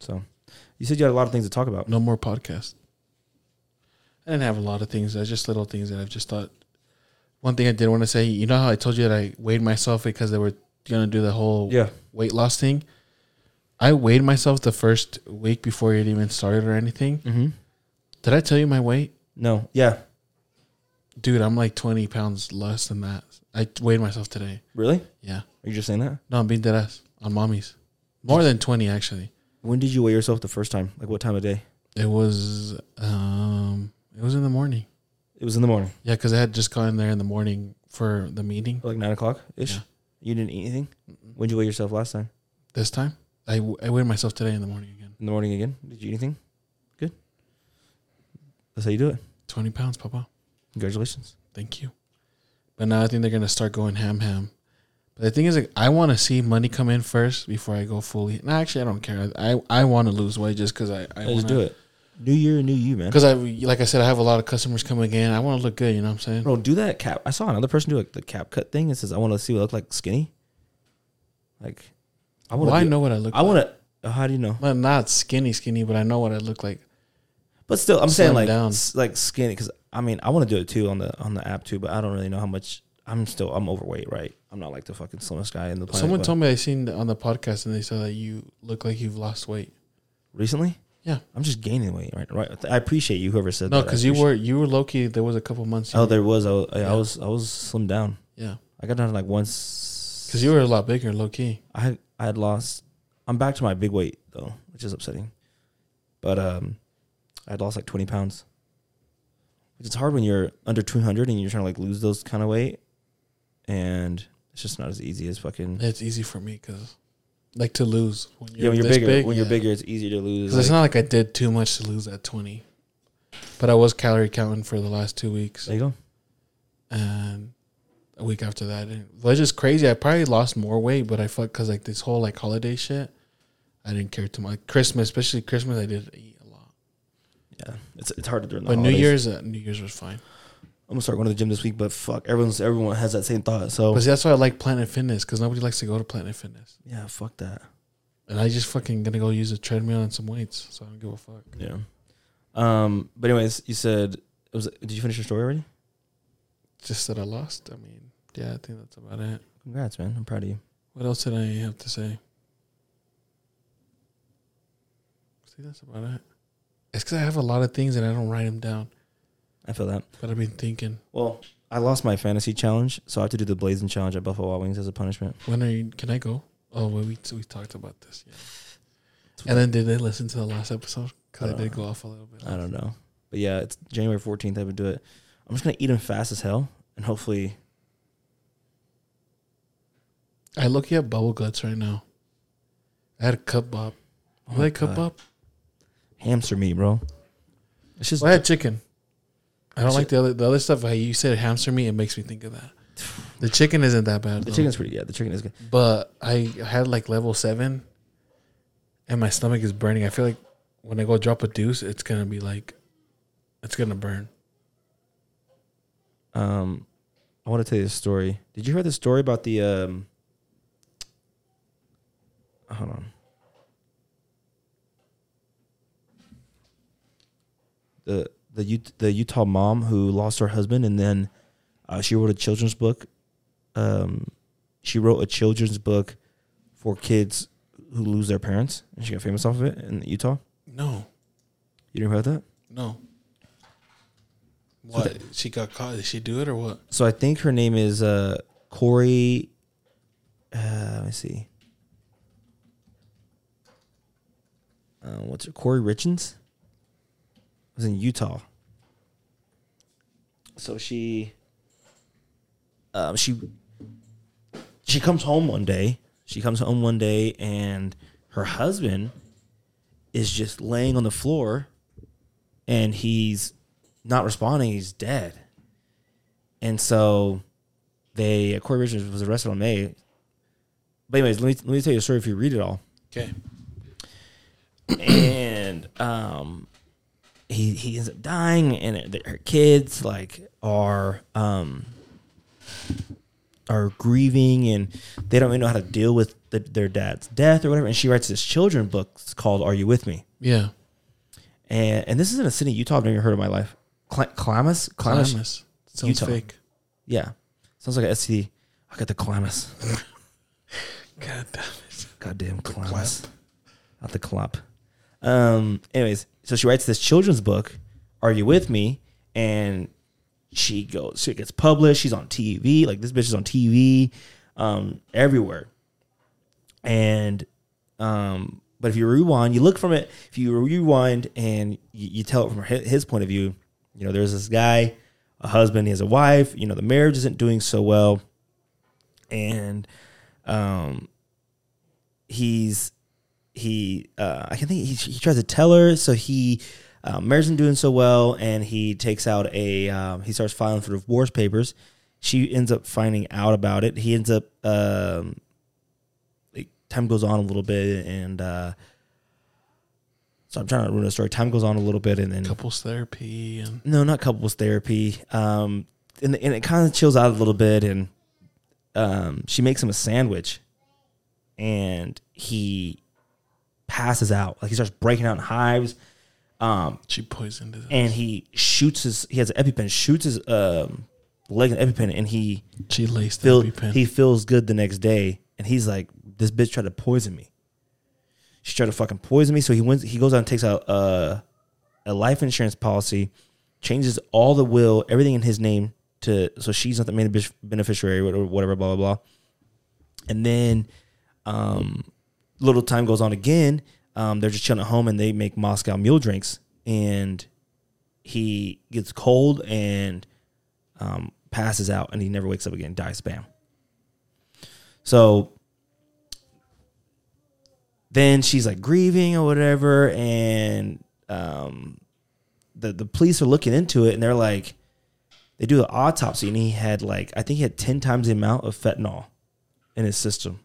A: So you said you had a lot of things to talk about.
B: no more podcast. I didn't have a lot of things. I just little things that I've just thought. One thing I did want to say, you know how I told you that I weighed myself because they were gonna do the whole
A: Yeah.
B: weight loss thing. I weighed myself the first week before it even started or anything.
A: Mm-hmm.
B: Did I tell you my weight?
A: No. Yeah.
B: Dude, I'm like 20 pounds less than that. I weighed myself today.
A: Really?
B: Yeah.
A: Are you just saying that?
B: No, I'm being dead ass on mommies. More than 20, actually.
A: When did you weigh yourself the first time? Like what time of day?
B: It was, um, it was in the morning.
A: It was in the morning,
B: Yeah, because I had just gone there in the morning for the meeting.
A: like nine o'clock ish.
B: Yeah.
A: You didn't eat anything. When did you weigh yourself last time?
B: This time, I, w- I weighed myself today in the morning again.
A: In the morning again. Did you eat anything? Good. That's how you do it.
B: 20 pounds, Papa.
A: Congratulations.
B: Thank you. But now I think they're gonna start going ham ham. But the thing is, like, I want to see money come in first before I go fully. No, actually, I don't care. I I want to lose weight just because I I
A: I
B: wanna,
A: just do it. New year, new you, man.
B: Because I like I said, I have a lot of customers coming in. I want to look good. You know what I'm saying?
A: Bro, do that cap. I saw another person do like the cap cut thing. It says, "I want to see what I look like skinny." Like, I want.
B: Well, I know what I look.
A: I want to. How do you know?
B: like. Well, not skinny, skinny, but I know what I look like.
A: But still, I'm
B: Slim
A: saying like
B: down.
A: s- like skinny because I mean I want to do it too on the on the app too, but I don't really know how much. I'm still I'm overweight, right? I'm not like the fucking slimmest guy in the planet.
B: Someone
A: but-
B: told me I seen on the podcast, and they said that you look like you've lost weight.
A: recently.
B: Yeah.
A: I'm just gaining weight, right? Right. I appreciate you whoever said
B: No,
A: that. I
B: because you
A: appreciate-
B: were you were low key. There was a couple months.
A: Oh, there was I was, I
B: Yeah.
A: was I was slimmed down.
B: yeah,
A: I got down to like once
B: because you were a lot bigger, low key.
A: I had, I had lost. I'm back to my big weight though, which is upsetting. But um, I had lost like 20 pounds. Which is hard when you're under 200 and you're trying to like lose those kind of weight, and it's just not as easy as fucking.
B: It's easy for me because like to lose when
A: Mm-hmm. yeah, when you're
B: this
A: bigger, when you're
B: yeah.
A: bigger, it's easier to lose.
B: 'Cause it's
A: like-
B: not like I did too much to lose that twenty. But I was calorie counting for the last two weeks,
A: There you go.
B: and um, a week after that, and it was just crazy. I probably lost more weight, but I fuck because like this whole like holiday shit, I didn't care too much. Christmas, especially Christmas, I did eat a lot,
A: Yeah, it's it's hard to do. in the
B: but New
A: holidays.
B: Year's, uh, New Year's was fine.
A: I'm gonna start going to the gym this week, but fuck, everyone's everyone has that same thought. So
B: But see, that's why I like Planet Fitness because nobody likes to go to Planet Fitness,
A: yeah, fuck that.
B: and I just fucking gonna go use a treadmill and some weights, so I don't give a fuck.
A: Yeah. Um. But anyways, you said it was. Did you finish your story already?
B: Just that I lost. I mean, yeah, I think that's about it.
A: Congrats, man. I'm proud of you.
B: What else did I have to say? See, that's about it. It's because I have a lot of things and I don't write them down,
A: I feel that.
B: but I've been thinking.
A: Well, I lost my fantasy challenge, so I have to do the blazing challenge at Buffalo Wild Wings as a punishment.
B: When are you? Can I go? Oh, well, we we talked about this. Yeah. And then did they listen to the last episode? Because I did go off a little bit.
A: I don't know. But yeah, it's January 14th. I would do it. I'm just gonna eat them fast as hell, and hopefully,
B: I look at bubble guts right now. I had a cup bop.
A: Oh
B: You
A: my
B: like cup
A: God.
B: bop?
A: hamster meat, bro. It's just
B: Well, Oh, I had chicken. I don't
A: Chi-
B: like the other the other stuff. How you said hamster meat, it makes me think of that. The chicken isn't that bad.
A: the
B: though.
A: chicken's pretty. Yeah, the chicken is good.
B: but I had like level seven, and my stomach is burning. I feel like when I go drop a deuce, it's gonna be like, it's gonna burn.
A: Um, I want to tell you a story. Did you hear the story about the um? Hold on. The the Ut- the Utah mom who lost her husband and then uh, she wrote a children's book. Um, she wrote a children's book for kids who lose their parents, and she got famous off of it in Utah.
B: No,
A: You didn't hear about that?
B: no. What she got caught? Did she do it or what?
A: So I think her name is uh, Corey. Uh, let me see. Uh, what's her? Corey Richens? It was in Utah. So she, um, she, she comes home one day. She comes home one day, and her husband is just laying on the floor, and he's not responding. He's dead. And so they Corey Richards was arrested on May. But anyways, let me let me tell you a story if you read it all.
B: Okay,
A: and um he he ends up dying and it- that her kids like are um are grieving and they don't really know how to deal with the, their dad's death or whatever and she writes this children book it's called are you with me
B: yeah.
A: and and this is in a city in utah i've never heard of my life Cla- Clamas? Clamas
B: Calamus. Sounds
A: Utah.
B: fake.
A: yeah sounds like a std i got the Clamas.
B: God damn it.
A: Goddamn clowns. Not the clop. Um, anyways, so she writes this children's book, Are You With Me? And she goes, she gets published. She's on TV. Like this bitch is on TV, um, everywhere. And, um, but if you rewind, you look from it, if you rewind and you, you tell it from hi- his point of view, you know, there's this guy, a husband, he has a wife, you know, the marriage isn't doing so well. And, um, he's he uh, I can think he, he tries to tell her so he um, marriage isn't doing so well and he takes out a um, he starts filing for divorce papers she ends up finding out about it he ends up um, like time goes on a little bit and uh, so I'm trying to ruin the story time goes on a little bit and then
B: Couples therapy and
A: no, not couples therapy. Um, and, and it kind of chills out a little bit, and um, she makes him a sandwich, and he passes out. Like he starts breaking out in hives, um,
B: she poisoned it.
A: and he shoots his. He has an epipen, shoots his um, leg an epipen, and he
B: she laced
A: feel,
B: the EpiPen.
A: he feels good the next day, and he's like, "This bitch tried to poison me. She tried to fucking poison me." So he wins. He goes out and takes out a a life insurance policy, changes all the will, everything in his name to so she's not the main bef- beneficiary or whatever. Blah blah blah. And then, um, little time goes on again. Um, they're just chilling at home, and they make Moscow Mule drinks, and he gets cold and um, passes out and he never wakes up again, dies, bam. So then she's like grieving or whatever, and um, the the police are looking into it and they're like, they do the autopsy and he had like I think he had ten times the amount of fentanyl in his system.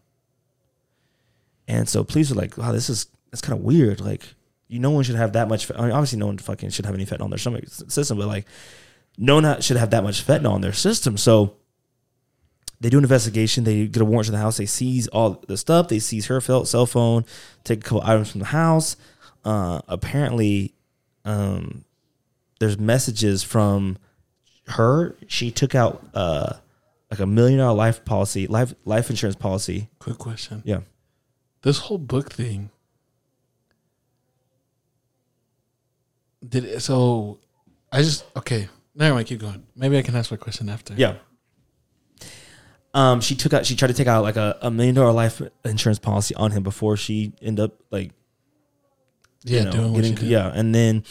A: And so police were like, wow, this is that's kind of weird. Like, you no one should have that much. fe- I mean, obviously, no one fucking should have any fentanyl in their stomach s- system, but like, no one ha- should have that much fentanyl in their system. So they do an investigation. They get a warrant to the house. They seize all the stuff. They seize her fel- cell phone, take a couple items from the house. Uh, apparently, um, there's messages from her. She took out uh, like a million dollar life policy, life life insurance policy.
B: Quick question.
A: Yeah.
B: This whole book thing. Did it, so? I just okay. Never mind. Keep going. Maybe I can ask my question after.
A: Yeah. Um, she took out. She tried to take out like a, a million dollar life insurance policy on him before she ended up like
B: Yeah.
A: you know,
B: doing what
A: getting-
B: you did.
A: yeah. And then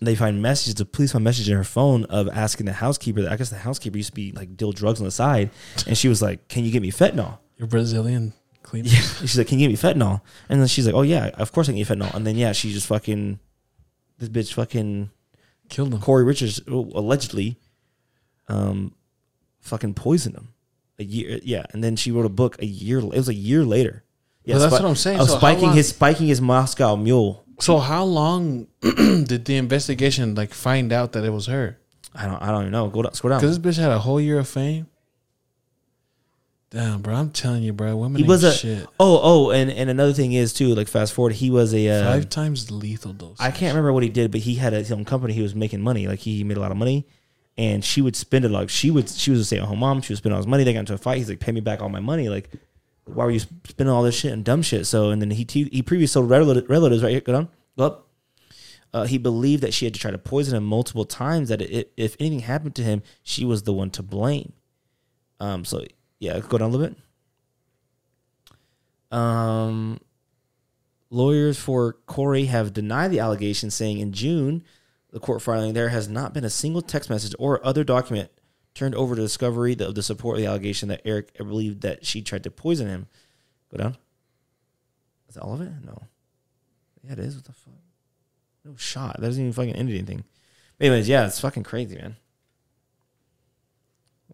A: they find messages. The police find messages in her phone of asking the housekeeper. I guess the housekeeper used to be like deal drugs on the side, and she was like, "Can you get me fentanyl?"
B: You're Brazilian cleaner.
A: Yeah. She's like, "Can you get me fentanyl?" And then she's like, "Oh yeah, of course I can get fentanyl." And then yeah, she just fucking this bitch fucking
B: Killed him.
A: Corey Richards oh, allegedly um fucking poisoned him. A year yeah, and then she wrote a book a year it was a year later. Yeah,
B: Well, that's
A: spi-
B: what I'm saying.
A: Of
B: So how
A: spiking
B: long-
A: his spiking his Moscow mule.
B: So how long did the investigation like find out that it was her?
A: I don't I don't even know. Go down scroll down.
B: Because this bitch had a whole year of fame. Damn, bro, I'm telling you, bro, women
A: He was
B: ain't
A: a
B: shit.
A: oh oh and, and another thing is too, like fast forward, he was a uh,
B: Five times lethal dose.
A: I can't remember what he did, but he had his own company. He was making money. Like he made a lot of money, and she would spend it. Like she would, she was a stay-at-home mom. She would spend all his money. They got into a fight. He's like, "Pay me back all my money." Like, why were you sp- spending all this shit and dumb shit? So, and then he te- he previously sold relati- relatives. Right here, go down, go up. Uh, he believed that she had to try to poison him multiple times. That it, if anything happened to him, she was the one to blame. Um. So yeah, go down a little bit. Um. Lawyers for Corey have denied the allegation, saying in June, the court filing there has not been a single text message or other document turned over to discovery of the support of the allegation that Eric believed that she tried to poison him. Go down. Is that all of it? No. Yeah, it is. What the fuck? No shot. That doesn't even fucking end anything. But anyways, yeah, it's fucking crazy, man.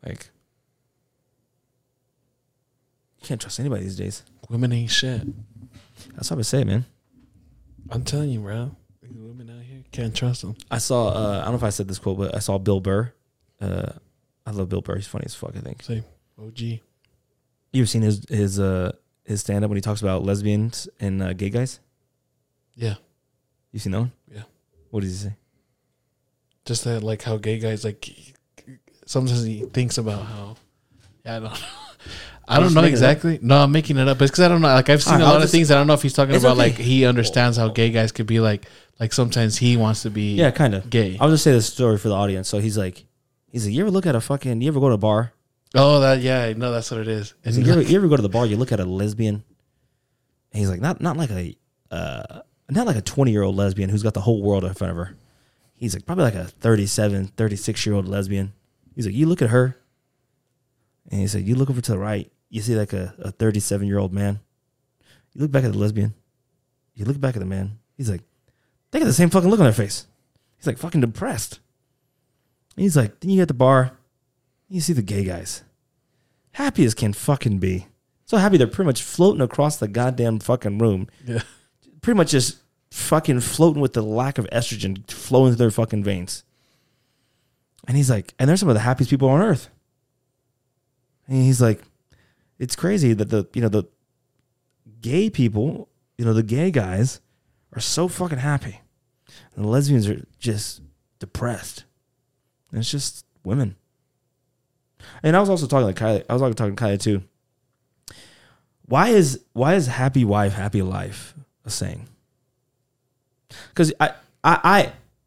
A: Like, you can't trust anybody these days.
B: Women ain't shit.
A: That's what I say, man.
B: I'm telling you, bro. These women out here can't trust them.
A: I saw. Uh, I don't know if I said this quote, but I saw Bill Burr. Uh, I love Bill Burr. He's funny as fuck. I think
B: Say, OG.
A: you ever seen his his uh, his stand up when he talks about lesbians and uh, gay guys.
B: Yeah,
A: You seen that one?
B: Yeah.
A: What does he say?
B: just that, like how gay guys like. Sometimes he thinks about how. Yeah, I don't. know. I
A: You
B: don't
A: just
B: know
A: making it up?
B: exactly. No, I'm making it up. It's because I don't know. Like I've seen
A: Alright,
B: a
A: I'll
B: lot of
A: just-
B: things. I don't know if he's talking
A: It's
B: about
A: okay.
B: like he understands how gay guys could be like. Like sometimes he wants to be.
A: Yeah, kind of.
B: Gay.
A: I'll just say this story for the audience. So he's like, he's like, you ever look at a fucking, you ever go to a bar?
B: Oh, that yeah, no, that's what it is.
A: He's like,
B: And
A: you, ever, you ever go to the bar? You look at a lesbian. And he's like, not not like a, uh, not like a twenty year old lesbian who's got the whole world in front of her. He's like probably like a 37, 36 year old lesbian. He's like, you look at her. And he said, you look over to the right, you see like a, a 37 year old man. You look back at the lesbian. You look back at the man. He's like, they got the same fucking look on their face. He's like fucking depressed. And he's like, then you at the bar, you see the gay guys. Happy as can fucking be. So happy they're pretty much floating across the goddamn fucking room.
B: Yeah.
A: Pretty much just fucking floating with the lack of estrogen flowing through their fucking veins. And he's like, and they're some of the happiest people on earth. And he's like, it's crazy that the you know the gay people, you know the gay guys, are so fucking happy, and the lesbians are just depressed. And it's just women. And I was also talking to Kylie. I was also talking to Kylie too. Why is why is happy wife happy life a saying? Because I I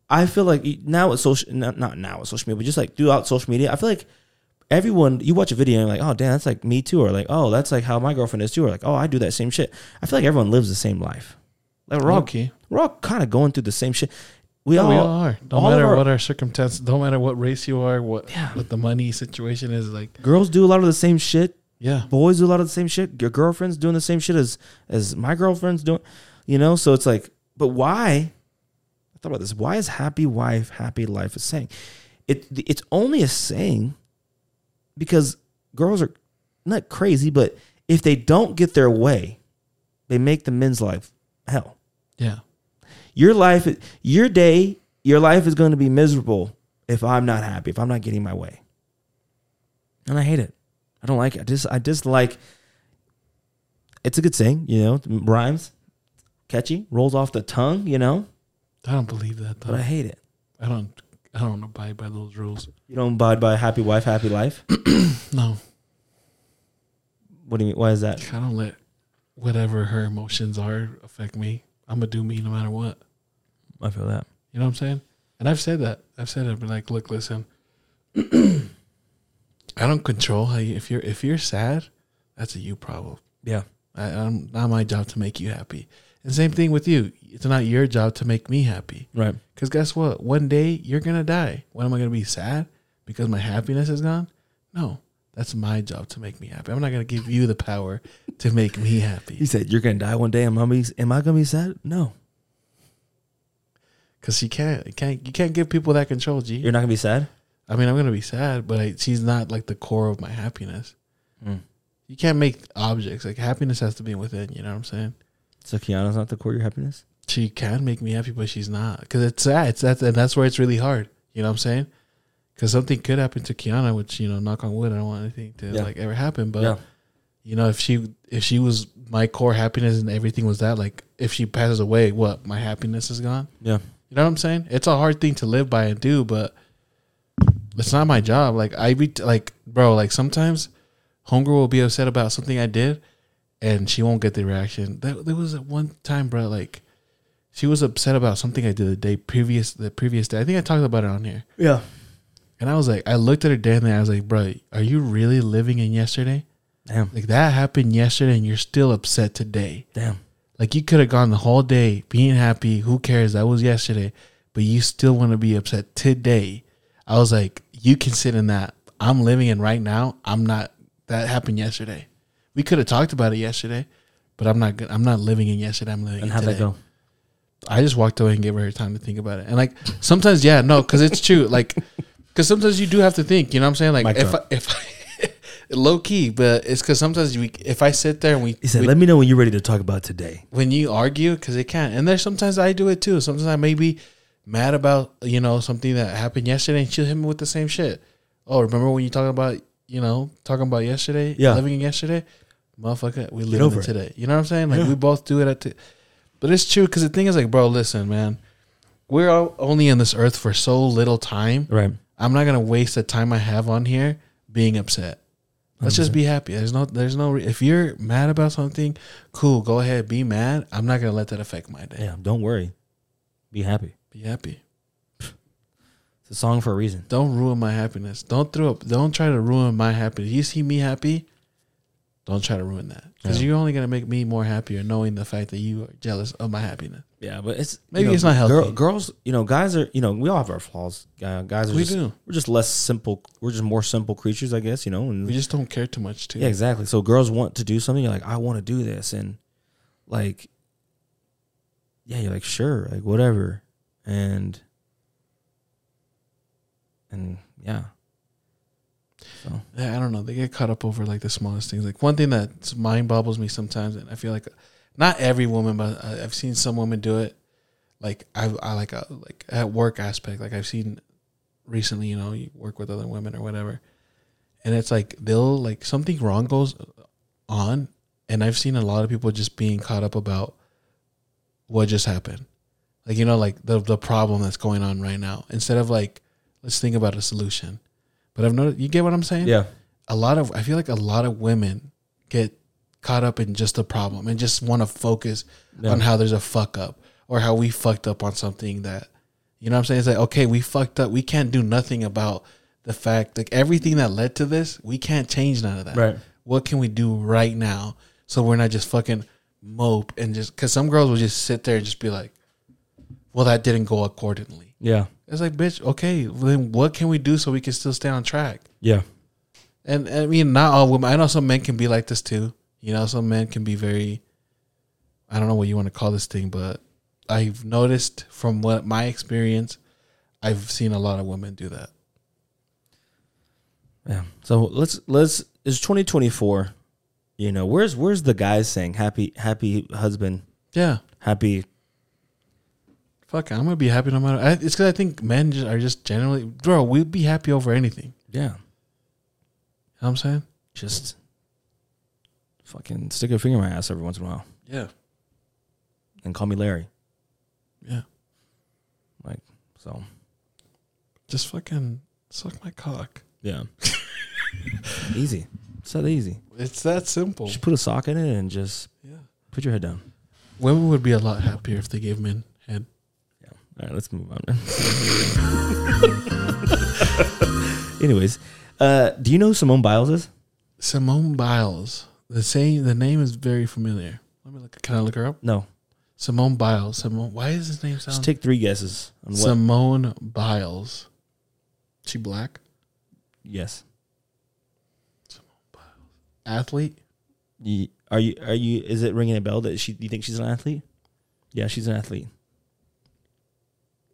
A: I I feel like e, now with social not, not now with social media, but just like throughout social media, I feel like everyone you watch a video and you're like, oh damn, that's like me too, or like oh that's like how my girlfriend is too, or like oh I do that same shit. I feel like everyone lives the same life. Like we're all
B: Rocky.
A: we're all kind of going through the same shit. We, all,
B: we all are. Don't
A: all of
B: matter
A: our-
B: what our circumstances. Don't matter what race you are. What
A: Yeah.
B: what the money situation is like.
A: girls do a lot of the same shit.
B: Yeah,
A: Boys do a lot of the same shit. Your girlfriend's doing the same shit as as my girlfriend's doing. You know, so it's like, but why? I thought about this. Why is happy wife, happy life a saying? It it's only a saying because girls are not crazy, but if they don't get their way, they make the men's life hell.
B: Yeah.
A: Your life, your day, your life is going to be miserable if I'm not happy, if I'm not getting my way. And I hate it. I don't like it. I just I dislike it's a good saying, you know, rhymes, catchy, rolls off the tongue, you know,
B: I don't believe that
A: but I
B: though.
A: hate it.
B: I don't I don't abide by those rules.
A: You don't abide by happy wife, happy life.
B: No.
A: What do you mean? Why is that?
B: I don't let whatever her emotions are affect me. I'm gonna do me no matter what.
A: I feel that.
B: You know what I'm saying? And I've said that. I've said it. I've been like, look, listen. I don't control how you. If you're if you're sad, that's a you problem.
A: Yeah.
B: I, I'm not my job to make you happy. And same thing with you. It's not your job to make me happy.
A: Right.
B: Because guess what? One day you're gonna die. When am I gonna be sad because my happiness is gone? No, that's my job to make me happy. I'm not gonna give you the power to make me
A: He
B: happy.
A: said, You're gonna die one day. Am I gonna be, am I gonna be sad? No.
B: Because you can't, you can't, you can't give people that control, G.
A: You're not gonna be sad?
B: I mean, I'm gonna be sad, but I, she's not like the core of my happiness.
A: Mm.
B: You can't make objects like happiness has to be within. You know what I'm saying?
A: So Kiana's not the core of your happiness?
B: She can make me happy, but she's not because it's sad. It's that, and that's where it's really hard. You know what I'm saying? Because something could happen to Kiana, which you know, knock on wood, I don't want anything to
A: Yeah.
B: like ever happen. But you know, if she if she was my core happiness and everything was that, like if she passes away, what my happiness is gone.
A: Yeah.
B: You know what I'm saying? It's a hard thing to live by and do, but it's not my job. Like I be like, bro, like sometimes homegirl will be upset about something I did, and she won't get the reaction. That there was one time, bro, like she was upset about something I did the day previous, the previous day. I think I talked about it on here,
A: Yeah.
B: and I was like, I looked at her day and I was like, bro, are you really living in yesterday?
A: Damn.
B: Like that happened yesterday, and you're still upset today.
A: Damn.
B: Like you could have gone the whole day being happy. Who cares? That was yesterday, but you still want to be upset today. I was like, you can sit in that. I'm living in right now. I'm not. That happened yesterday. We could have talked about it yesterday, but I'm not. gonna- I'm not living in yesterday. I'm living.
A: And
B: in
A: how'd
B: today.
A: that go?
B: I just walked away and gave her time to think about it. And like sometimes, yeah, no, because it's true. Like, because sometimes you do have to think. You know what I'm saying? Like
A: Mic
B: if I,
A: drop.
B: if I, low key, but it's because sometimes we if I sit there and we
A: He said,
B: we-
A: Let me know when you're ready to talk about today.
B: when you argue because it can and there's sometimes i do it too sometimes i may be mad about you know something that happened yesterday and she'll hit me with the same shit oh remember when you talking about you know talking about yesterday
A: Yeah.
B: living in yesterday motherfucker we live
A: over
B: in
A: it.
B: today you know what i'm saying like
A: Yeah.
B: we both do it at the but it's true because the thing is like bro listen man we're all only on this earth for so little time
A: Right.
B: i'm not gonna waste the time i have on here being upset Let's just be happy. There's no, there's no. re- If you're mad about something, cool. Go ahead, be mad. I'm not gonna let that affect my day.
A: Yeah, don't worry. Be happy.
B: Be happy.
A: It's a song for a reason.
B: Don't ruin my happiness. Don't throw up. Don't try to ruin my happiness. You see me happy. Don't try to ruin that because
A: Yeah.
B: you're only gonna make me more happier knowing the fact that you are jealous of my happiness.
A: Yeah, but it's
B: Maybe
A: you know,
B: it's not healthy.
A: girl- girls, you know, guys are you know we all have our flaws. Uh, guys are
B: We
A: just,
B: do.
A: We're just less simple. We're just more simple creatures, I guess. You know, and
B: We just don't care too much too.
A: yeah, exactly. So girls want to do something. You're like, I want to do this, and like, yeah, you're like, sure, like whatever, and and yeah,
B: Yeah, I don't know. They get caught up over like the smallest things. Like one thing that mind boggles me sometimes, and I feel like not every woman, but I- I've seen some women do it. Like I've, I like a, like at work aspect. Like I've seen recently, you know, you work with other women or whatever, and it's like they'll like something wrong goes on, and I've seen a lot of people just being caught up about what just happened. Like you know, like the the problem that's going on right now. Instead of like, let's think about a solution. But I've noticed, you get what I'm saying?
A: yeah,
B: a lot of I feel like a lot of women get caught up in just the problem and just want to focus
A: Yeah.
B: on how there's a fuck up or how we fucked up on something that you know what I'm saying? It's like, okay, we fucked up. We can't do nothing about the fact like everything that led to this, we can't change none of that.
A: Right.
B: What can we do right now so we're not just fucking mope and just cause some girls will just sit there and just be like, Well, that didn't go accordingly.
A: yeah,
B: It's like, bitch, okay, then what can we do so we can still stay on track?
A: yeah,
B: and I mean, not all women. I know some men can be like this too. You know, some men can be very. I don't know what you want to call this thing, but I've noticed from what my experience, I've seen a lot of women do that.
A: Yeah. So let's let's it's 2024. You know, where's where's the guys saying happy happy husband,
B: Yeah,
A: happy
B: fuck, I'm gonna be happy no matter. I, it's because I think men just, are just generally, bro. We'd be happy over anything. You
A: yeah,
B: know what I'm saying?
A: just fucking stick a finger in my ass every once in a while
B: Yeah,
A: and call me Larry.
B: yeah.
A: Like so.
B: Just fucking suck my cock.
A: Yeah. easy. It's that easy.
B: It's that simple.
A: Just put a sock in it and just
B: Yeah.
A: put your head down.
B: Women would be a lot happier if they gave men head.
A: Yeah. All right, let's move on. Anyways, uh, do you know who Simone Biles is?
B: Simone Biles. The same. The name is very familiar. Let me look. Can I look her up?
A: No.
B: Simone Biles. Simone. Why does his name
A: Just
B: sound?
A: take three guesses on what.
B: Simone Biles. She black
A: yes.
B: athlete.
A: Ye- Are you? Are you? Is it ringing a bell that she? You think she's an athlete? Yeah, she's an athlete.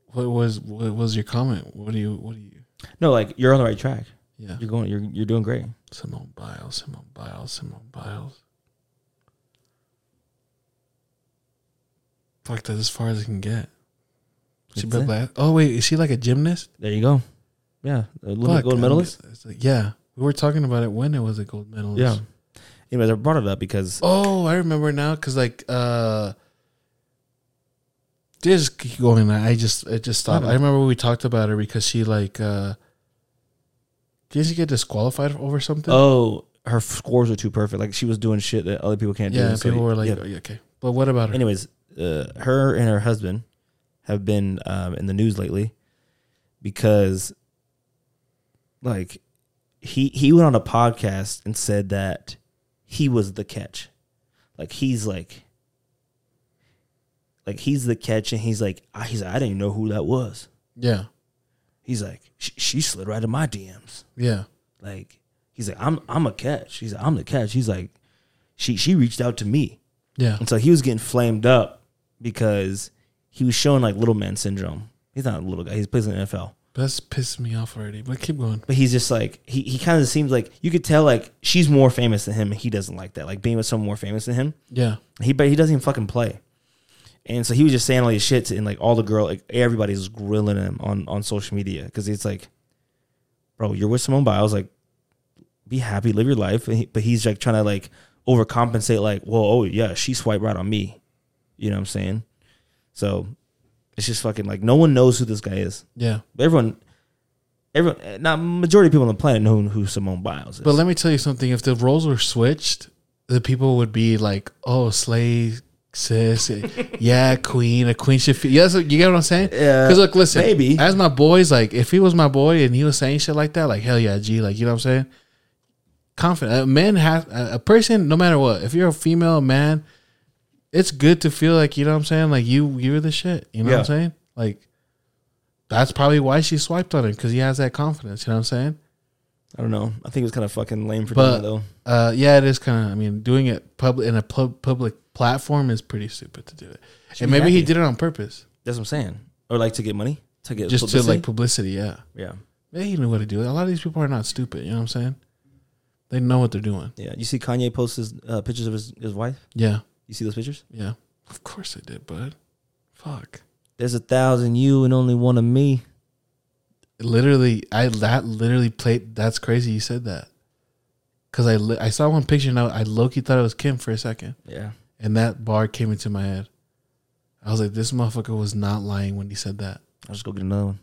B: What was what was your comment? What do you what do you?
A: No, like you're on the right track.
B: Yeah,
A: You're going. You're you're doing great.
B: Simone Biles. Simone Biles. Simone Biles. Fuck, that's as far as I can get. She
A: That's
B: been
A: it.
B: black. Oh wait, is she like a gymnast?
A: There you go. Yeah, a little
B: Fuck,
A: gold
B: I'm-
A: medalist.
B: it's like- yeah, we were talking about it when it was a gold medalist.
A: Yeah. Anyways, I brought it up because
B: Oh, I remember now because like uh, just keep going. I just it just
A: Hmm.
B: stopped. I remember we talked about her because she like uh, didn't she get disqualified over something?
A: oh, her scores are too perfect. Like she was doing shit that other people can't do.
B: yeah,
A: So,
B: people were like,
A: yeah.
B: "Oh, yeah, okay, but what about her?
A: Anyways, uh, her and her husband have been um, in the news lately because, like, he he went on a podcast and said that he was the catch, like he's like, like he's the catch, and he's like, I, he's like, I didn't know who that was.
B: yeah,
A: He's like, she, she slid right in my DMs.
B: yeah,
A: Like, he's like, I'm I'm a catch. He's like, I'm the catch. He's like, she she reached out to me.
B: yeah,
A: And so he was getting flamed up because he was showing like little man syndrome. He's not a little guy. He plays in the NFL.
B: that's pissed me off already. But keep going.
A: But he's just like he, he kind of seems like you could tell like she's more famous than him and he doesn't like that. Like being with someone more famous than him.
B: Yeah,
A: He but he doesn't even fucking play. And so he was just saying all these shits and like all the girl like everybody's grilling him on on social media cuz it's like bro, you're with Simone Biles like be happy, live your life, And he- but he's like trying to like overcompensate like, "Well, oh yeah, she swiped right on me." You know what I'm saying? So it's just fucking like no one knows who this guy is.
B: yeah.
A: But everyone everyone not majority of people on the planet know who Simone Biles is.
B: But let me tell you something. If the roles were switched, the people would be like, "Oh, slay sis, yeah, queen, a queen should feel." Yes, you get what I'm saying?
A: Yeah,
B: Because look, listen,
A: maybe.
B: as my boys, like if he was my boy and he was saying shit like that, like hell yeah, G, like you know what I'm saying? Confident. A man has a a person, no matter what. If you're a female, a man, it's good to feel like you know what I'm saying. Like you, you're the shit. You know what
A: Yeah.
B: I'm saying? Like. That's probably why she swiped on him because he has that confidence. You know what I'm saying?
A: I don't know. I think it was kind of fucking lame for doing
B: But-
A: that though.
B: Uh, yeah, it is kind of. I mean, doing it public in a pub- public platform is pretty stupid to do it. and
A: be
B: maybe he
A: happy.
B: did it on purpose,
A: That's what I'm saying. Or like to get money, to get
B: just to
A: publicity?
B: like publicity. Yeah,
A: yeah,
B: yeah, he knew what to do. A lot of these people are not stupid. You know what I'm saying? They know what they're doing.
A: yeah. You see Kanye posts his uh, pictures of his, his wife.
B: Yeah,
A: You see those pictures?
B: yeah. Of course they did, bud. Fuck.
A: There's a thousand you and only one of me.
B: Literally, I that literally played. That's crazy. You said that because I li- I saw one picture and I, I low key thought it was Kim for a second.
A: Yeah,
B: and that bar came into my head. I was like, this motherfucker was not lying when he said that.
A: I'll just go get another one.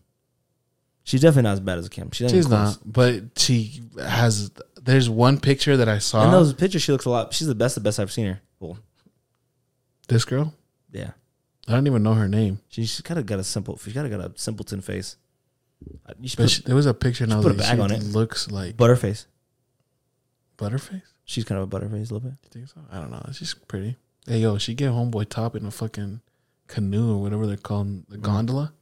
A: She's definitely not as bad as Kim. She
B: She's not, but she has. There's one picture that I saw.
A: In those pictures, she looks a lot. She's the best, the best I've seen her. Well,
B: this girl,
A: yeah,
B: I don't even know her name,
A: she's kind of got a simple. She's kind of got a simpleton face. Uh, You should
B: but
A: put
B: she, there was a picture and I was
A: put a
B: like,
A: bag
B: she
A: on it.
B: looks like
A: butter face.
B: Butterface.
A: She's kind of a butterface a little bit.
B: You think so? I don't know. She's pretty. Hey yo, she gave homeboy top in a fucking canoe or whatever they're called, the gondola.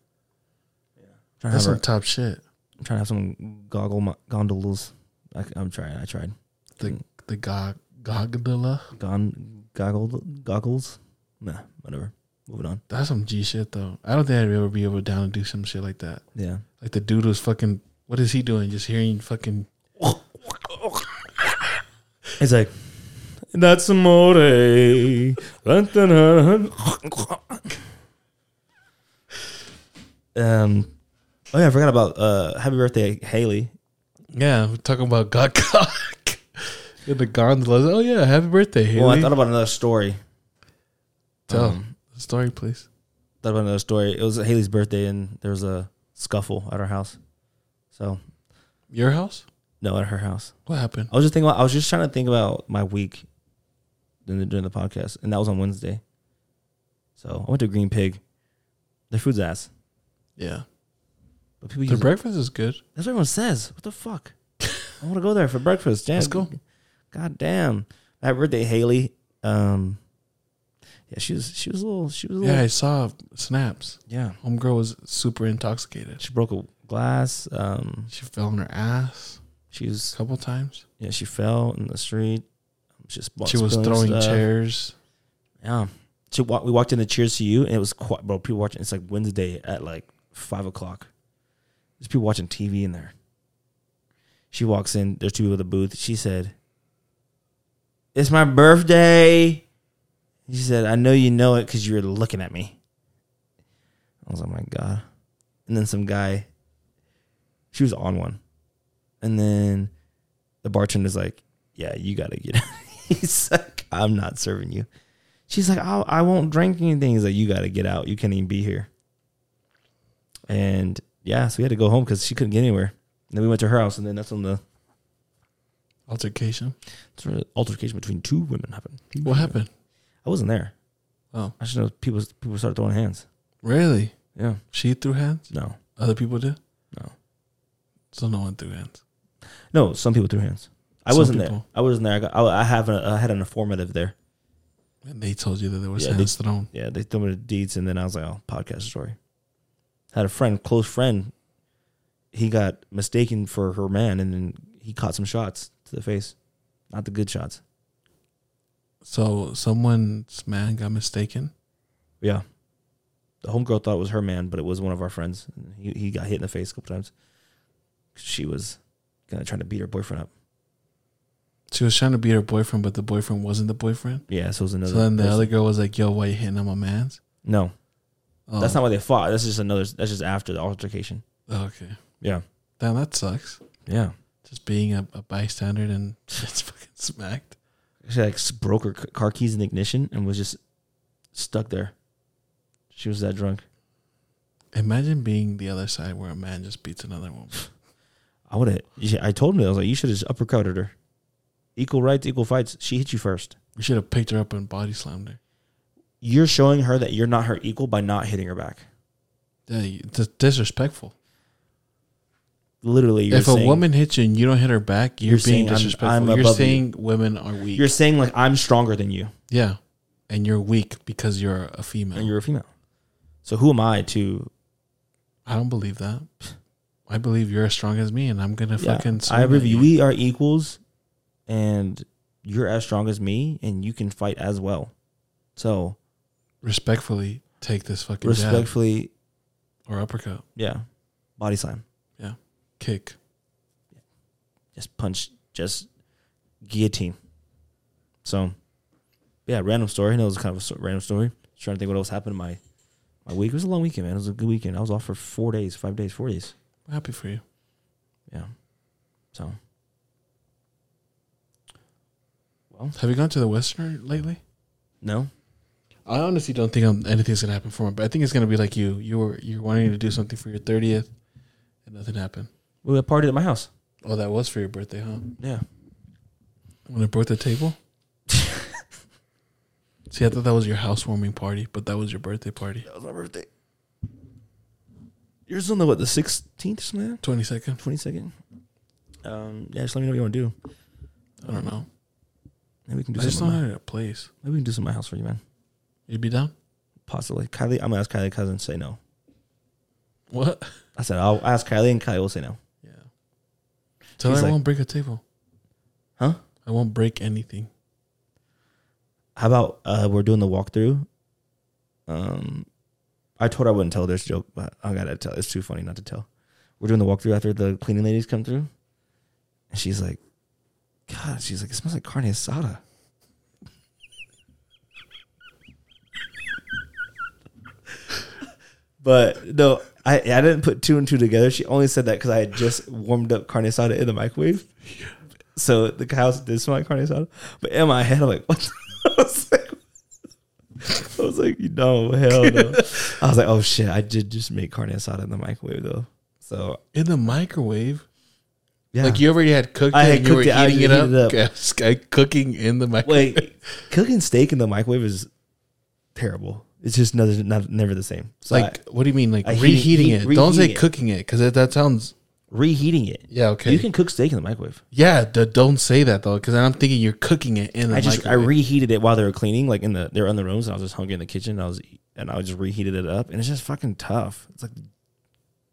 A: I'm trying, to
B: That's
A: have
B: some
A: Mm-hmm. her,
B: top shit.
A: I'm trying to have some goggle mo- gondolas. I, am trying. I tried.
B: The the gog gondola.
A: Gon goggle goggles. Nah, whatever. Moving on.
B: That's some G shit though. I don't think I'd ever be able down to do some shit like that.
A: Yeah.
B: Like the dude was fucking. What is he doing? Just hearing fucking.
A: It's like that's amore. um. Oh yeah, I forgot about uh, Happy Birthday Haley.
B: Yeah, we're talking about God cock. In the gondolas. Oh yeah, happy birthday, Haley.
A: Well, I thought about another story.
B: Tell
A: um,
B: the story, please.
A: Thought about another story. It was Haley's birthday, and there was a scuffle at our house. So
B: Your house?
A: no, at her house.
B: What happened?
A: I was just thinking. About, I was just trying to think about my week during the, during the podcast, and that was on Wednesday. So I went to Green Pig. Their food's ass,
B: Yeah,
A: but people
B: the
A: use
B: breakfast is good.
A: That's what everyone says. What the fuck? I want to go there for breakfast. Yeah,
B: Let's go.
A: God damn. Happy birthday, Haley. Um, yeah, she was she was a little she was a little
B: Yeah,
A: yeah.
B: I saw snaps. Homegirl was super intoxicated.
A: She broke a glass. Um,
B: She fell on her ass
A: she
B: a
A: was
B: couple times.
A: yeah. She fell in the street. She, sp-
B: she was
A: spilling
B: throwing
A: stuff.
B: chairs.
A: Yeah. She wa- we walked in the Cheers to You, and it was quite, bro. People watching. It's like Wednesday at like five o'clock. There's people watching TV in there. She walks in. There's two people at the booth. She said, "It's my birthday." She said, "I know you know it because you were looking at me." I was like, "Oh "My God!" And then some guy. She was on one, and then the bartender's like, "Yeah, you gotta get." out." He's like, "I'm not serving you." She's like, I'll, I won't drink anything. He's like, you got to get out. You can't even be here. And yeah, so we had to go home because she couldn't get anywhere. And then we went to her house, and then that's when the
B: Altercation.
A: that's where the altercation between two women happened.
B: What happened?
A: I wasn't there.
B: Oh,
A: I just know people people started throwing hands.
B: really?
A: Yeah.
B: She threw hands.
A: No.
B: Other people did.
A: No.
B: So no one threw hands.
A: No. Some people threw hands. I
B: Some
A: wasn't there.
B: people.
A: I wasn't there. I, got, I, I have a, I had an informative there.
B: And they told you that there was
A: Yeah, they-
B: hands thrown.
A: Yeah, they threw me the deeds, and then I was like, oh, podcast story. Had a friend, close friend. He got mistaken for her man, and then he caught some shots to the face, not the good shots.
B: So someone's man got mistaken.
A: Yeah, the homegirl thought it was her man, but it was one of our friends. And He he got hit in the face a couple times. She was kind of trying to beat her boyfriend up.
B: She was trying to beat her boyfriend, but the boyfriend wasn't the boyfriend.
A: Yeah, so it was another.
B: So then the
A: person.
B: other girl was like, "Yo, why you hitting on my man's?"
A: no,
B: Oh,
A: that's not why they fought. That's just another. That's just after the altercation.
B: okay.
A: Yeah,
B: Damn, that sucks.
A: yeah.
B: just being a, a bystander and it's fucking smacked.
A: she like s- broke her c- car keys in the ignition and was just stuck there. She was that drunk.
B: Imagine being the other side where a man just beats another woman.
A: I would have. I told him I was like, you should have just uppercutted her. Equal rights, equal fights. She hit you first.
B: We should have picked her up and body slammed her.
A: You're showing her that you're not her equal by not hitting her back.
B: Yeah, you- it's disrespectful.
A: Literally, you're
B: if
A: saying,
B: a woman hits you and you don't hit her back, you're,
A: You're
B: being
A: saying I'm-
B: disrespectful.
A: I'm
B: you're
A: above you.
B: saying women are weak.
A: you're saying like I'm stronger than you,
B: yeah, and you're weak because you're a female.
A: and you're a female. So who am I to?
B: I don't believe that. I believe you're as strong as me, and I'm gonna
A: Yeah,
B: fucking.
A: I
B: swing at
A: agree.
B: you.
A: We are equals, and you're as strong as me, and you can fight as well. So
B: respectfully take this fucking jab
A: respectfully,
B: or uppercut,
A: yeah, body slam.
B: kick.
A: just punch, just guillotine. So, yeah, random story. I know it was kind of a so- random story. Just trying to think what else happened in my my week. It was a long weekend, man. It was a good weekend. I was off for four days, five days, four days.
B: I'm happy for you.
A: Yeah. So
B: Have you gone to the Westerner lately?
A: no,
B: I honestly don't think I'm, anything's gonna happen for him, but I think it's gonna be like you. You were you're wanting to do something for your thirtieth, and nothing happened.
A: we had partied at my house.
B: Oh, that was for your birthday, huh?
A: Yeah.
B: When I brought the table. See, I thought that was your housewarming party, but that was your birthday party.
A: That was my birthday. Yours is on the what the sixteenth, something
B: Twenty second.
A: twenty second. Um, yeah, just let me know what you want to do.
B: I don't know.
A: Maybe we can do
B: I just
A: something.
B: don't
A: at my-
B: know how to place.
A: Maybe we can do something at my house for you, man.
B: You'd be down.
A: Possibly, Kylie. I'm gonna ask Kylie cousin to say no.
B: What?
A: I said I'll ask Kylie, and Kylie will say no.
B: Yeah. Tell her
A: He's
B: I
A: like-
B: won't break a table.
A: Huh?
B: I won't break anything.
A: How about uh, we're doing the walkthrough? Um, I told her I wouldn't tell this joke, but I gotta tell. It's too funny not to tell. We're doing the walkthrough after the cleaning ladies come through, and she's like, "God," she's like, "It smells like carne asada." But no, I I didn't put two and two together. She only said that because I had just warmed up carne asada in the microwave. So the house did smell like carne asada. But in my head, I'm like, what? I was like, I was like, no, hell no. I was like, oh shit, I did just make carne asada in the microwave though. So
B: in the microwave.
A: yeah,
B: Like you already had cooked
A: I
B: it
A: had
B: and you were
A: cooked it, I
B: eating it
A: just
B: up.
A: heated it up.
B: Okay, cooking in the microwave.
A: wait, cooking steak in the microwave is terrible. It's just not, not never the same. So like
B: like what do you mean? Like
A: I heat-
B: reheating
A: heat-
B: it. Don't say
A: reheat it.
B: cooking it because that, that sounds
A: reheating it.
B: yeah okay.
A: You can cook steak in the microwave.
B: yeah, d- don't say that though because I'm thinking you're cooking it in the
A: I just I
B: microwave.
A: reheated it while they were cleaning, like in the they were in the rooms, and I was just hungry in the kitchen. And I was and I just reheated it up, and it's just fucking tough. It's like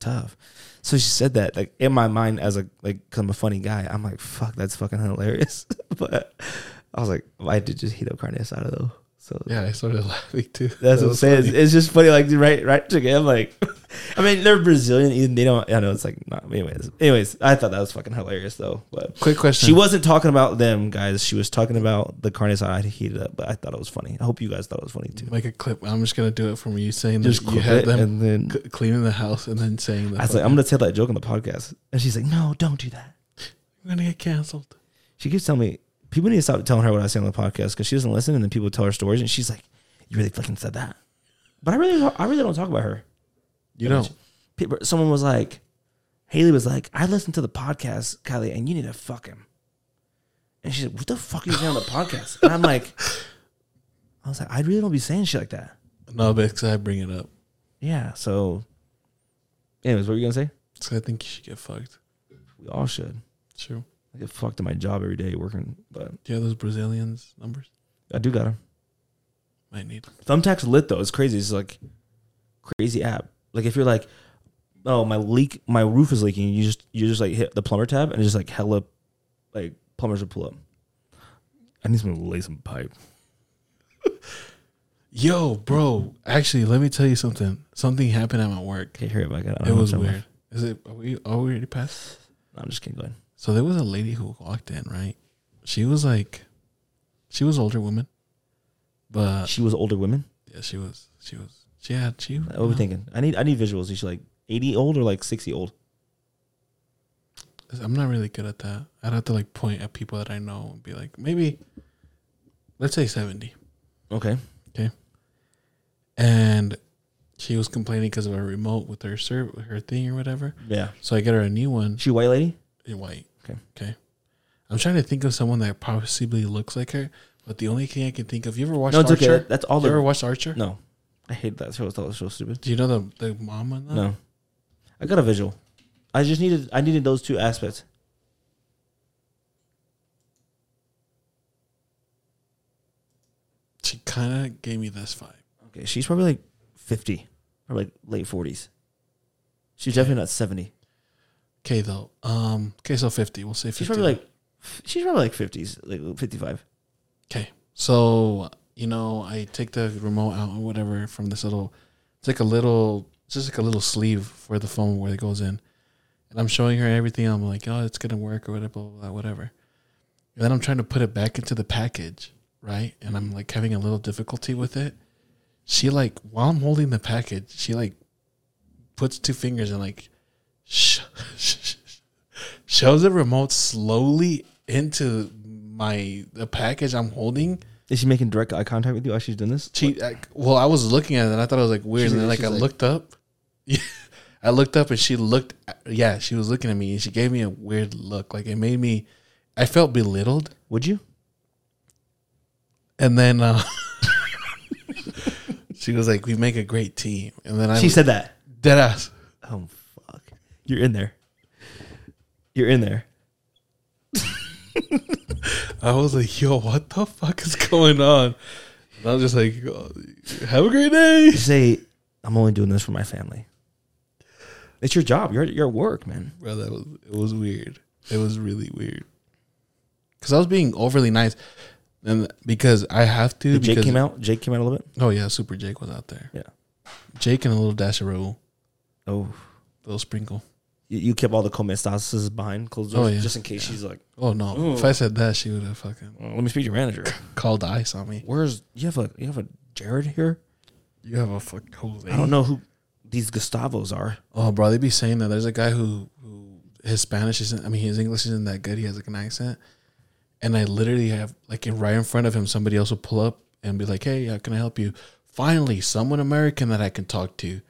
A: tough. So she said that like in my mind as a like cause I'm a funny guy. I'm like fuck, that's fucking hilarious. but I was like, well, I did just heat up carne asada though. So
B: yeah, I started laughing too.
A: that's
B: That
A: what I'm
B: was
A: saying. It's,
B: funny.
A: it's just funny, like right, right. together, I'm like, I mean, they're Brazilian, even they don't. I know it's like not. Anyways, anyways, I thought that was fucking hilarious though. But
B: Quick question.
A: she wasn't talking about them, guys. She was talking about the carne asada I heated up, but I thought it was funny. I hope you guys thought it was funny too.
B: Make a clip. I'm just gonna do it from you saying
A: Just
B: that you
A: clip
B: had
A: it
B: them
A: and then
B: c- cleaning the house and then saying that
A: I was like, I'm gonna tell that joke on the podcast, and she's like, No, don't do that.
B: I'm gonna get canceled.
A: She keeps telling me people need to stop telling her what I say on the podcast because she doesn't listen, and then people tell her stories, and she's like, You really fucking said that. But I really, I really don't talk about her.
B: You
A: That
B: know,
A: much. People, someone was like, Haley was like, I listened to the podcast, Kylie, and you need to fuck him. And she's like, What the fuck are you saying on the podcast? And I'm like, I was like, I really don't be saying shit like that.
B: no, because I bring it up.
A: Yeah. So, anyways, what were you gonna say?
B: So I think you should get fucked.
A: We all should.
B: Sure.
A: I get fucked in my job every day working, but
B: Do you have those Brazilians numbers?
A: I do got them.
B: Might need.
A: Thumbtack's lit though. It's crazy. It's like crazy app. Like if you're like, oh my leak, my roof is leaking. You just you just like hit the plumber tab and it's just like hella, like plumbers will pull up. I need someone to lay some pipe.
B: Yo, bro. Actually, let me tell you something. Something happened at my work.
A: Okay, hurry up. I got. I don't
B: It
A: know
B: was
A: what time-
B: weird. Is it? Are we? Are we already past?
A: No, I'm just kidding. Go ahead.
B: So there was a lady who walked in. Right. She was like, she was older woman, but
A: She was older women.
B: yeah, she was. She was. She had. She.
A: What were we thinking? I need I need visuals. Is she like 80 old or like 60 old?
B: I'm not really good at that. I'd have to like point at people that I know and be like, maybe, let's say 70.
A: Okay.
B: And she was complaining because of her remote with her serv her thing or whatever.
A: Yeah.
B: So I get her a new one.
A: She a white lady.
B: in White.
A: Okay.
B: Okay. I'm trying to think of someone that possibly looks like her, but the only thing I can think of. You ever watched
A: No, it's
B: Archer?
A: okay. That's all.
B: You ever
A: The,
B: watched Archer?
A: no, I hate that show. It's all so stupid.
B: Do you know the the mom on that?
A: No, I got a visual. I just needed. I needed those two aspects.
B: She kind of gave me this vibe.
A: Okay, she's probably like fifty or like late forties. She's definitely not seventy.
B: Okay, though. Um. Okay, so 50. We'll say 50.
A: She's probably like. She's probably like fifties, like fifty-five.
B: Okay. So, you know, I take the remote out or whatever from this little, it's like a little, it's just like a little sleeve for the phone where it goes in. And I'm showing her everything. I'm like, oh, it's going to work or whatever, blah, blah, blah, whatever. And then I'm trying to put it back into the package, right? And I'm like having a little difficulty with it. She like, while I'm holding the package, she like puts two fingers and like sh- shows the remote slowly into my the package I'm holding.
A: Is she making direct eye contact with you while she's doing this?
B: She, I, well, I was looking at it and I thought it was like weird.
A: She's-
B: and then, like,
A: she's
B: I
A: like-
B: looked up. I looked up and she looked, at- yeah, she was looking at me and she gave me a weird look. Like, it made me, I felt belittled.
A: Would you?
B: And then uh, she was like, we make a great team. And then I,
A: She said that.
B: dead ass.
A: Oh fuck! You're in there. You're in there.
B: I was like, yo, what the fuck is going on? And I was just like, "Oh, have a great day.
A: You say, "I'm only doing this for my family." It's your job. You're you're at work, man.
B: bro. That was it was weird. It was really weird. Cause I was being overly nice. and because I have to.
A: Did Jake
B: because,
A: came out. Jake came out a little bit.
B: Oh yeah, Super Jake was out there.
A: Yeah.
B: Jake and a little dash of Raul,
A: Oh,
B: little sprinkle.
A: you, you kept all the comestases behind closed
B: Oh,
A: doors
B: yeah.
A: just in case she's like,
B: Oh no!
A: Ooh.
B: If I said that, she would have fucking
A: "Oh, let me speak to your manager.
B: called the ice on me.
A: Where's you have a you have a Jared here?
B: You have a fucking whole
A: I don't know who these Gustavos are.
B: Oh, bro, they be saying that. There's a guy who, who his Spanish isn't. I mean, his English isn't that good. He has like an accent, and I literally have like in- right in front of him, somebody else will pull up and be like, "Hey, how can I help you?" Finally, someone American that I can talk to,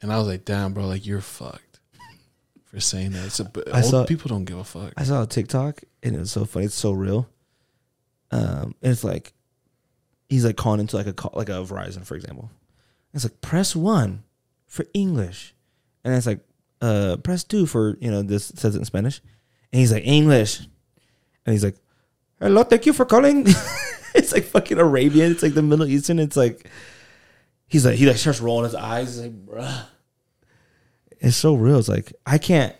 B: and I was like, "Damn, bro, like you're fucked for saying that." It's a, but
A: I
B: old
A: saw-
B: people don't give a fuck.
A: I saw a TikTok and it was so funny. It's so real. Um, and it's like he's like calling into like a call, like a Verizon, for example. It's like press one for English, and it's like uh press two for you know this it says it in Spanish, and he's like English, and he's like, hello, thank you for calling. it's like fucking Arabian. It's like the Middle Eastern. It's like he's like he like starts rolling his eyes. He's like bruh, it's so real. It's like I can't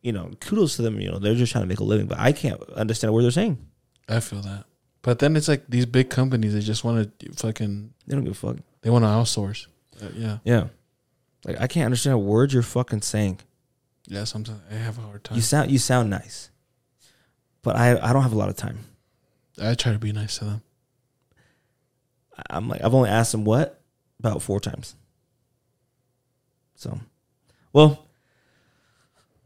A: you know, kudos to them. You know, they're just trying to make a living, but I can't understand what they're saying.
B: I feel that, but then it's like these big companies. They just want to fucking.
A: They don't give a fuck.
B: They want to outsource. Uh, yeah,
A: Yeah, like I can't understand a word you're fucking saying.
B: yeah. Sometimes I have a hard time.
A: You sound you sound nice, but I I don't have a lot of time.
B: I try to be nice to them.
A: I- I'm like I've only asked them what about four times. So, well,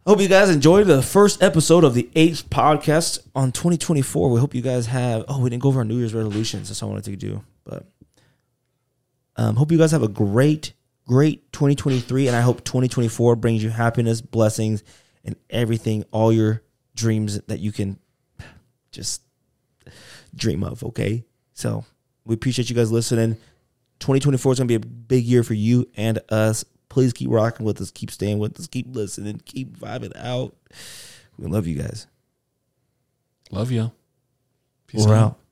A: hope you guys enjoyed the first episode of the eighth podcast on 2024. We hope you guys have. Oh, we didn't go over our New Year's resolutions. That's what I wanted to do, but um, hope you guys have a great, great 2023, and I hope 2024 brings you happiness, blessings, and everything, all your dreams that you can just dream of. Okay, so we appreciate you guys listening. 2024 is going to be a big year for you and us. Please keep rocking with us. Keep staying with us. Keep listening. Keep vibing out. We love you guys.
B: Love you.
A: We're out.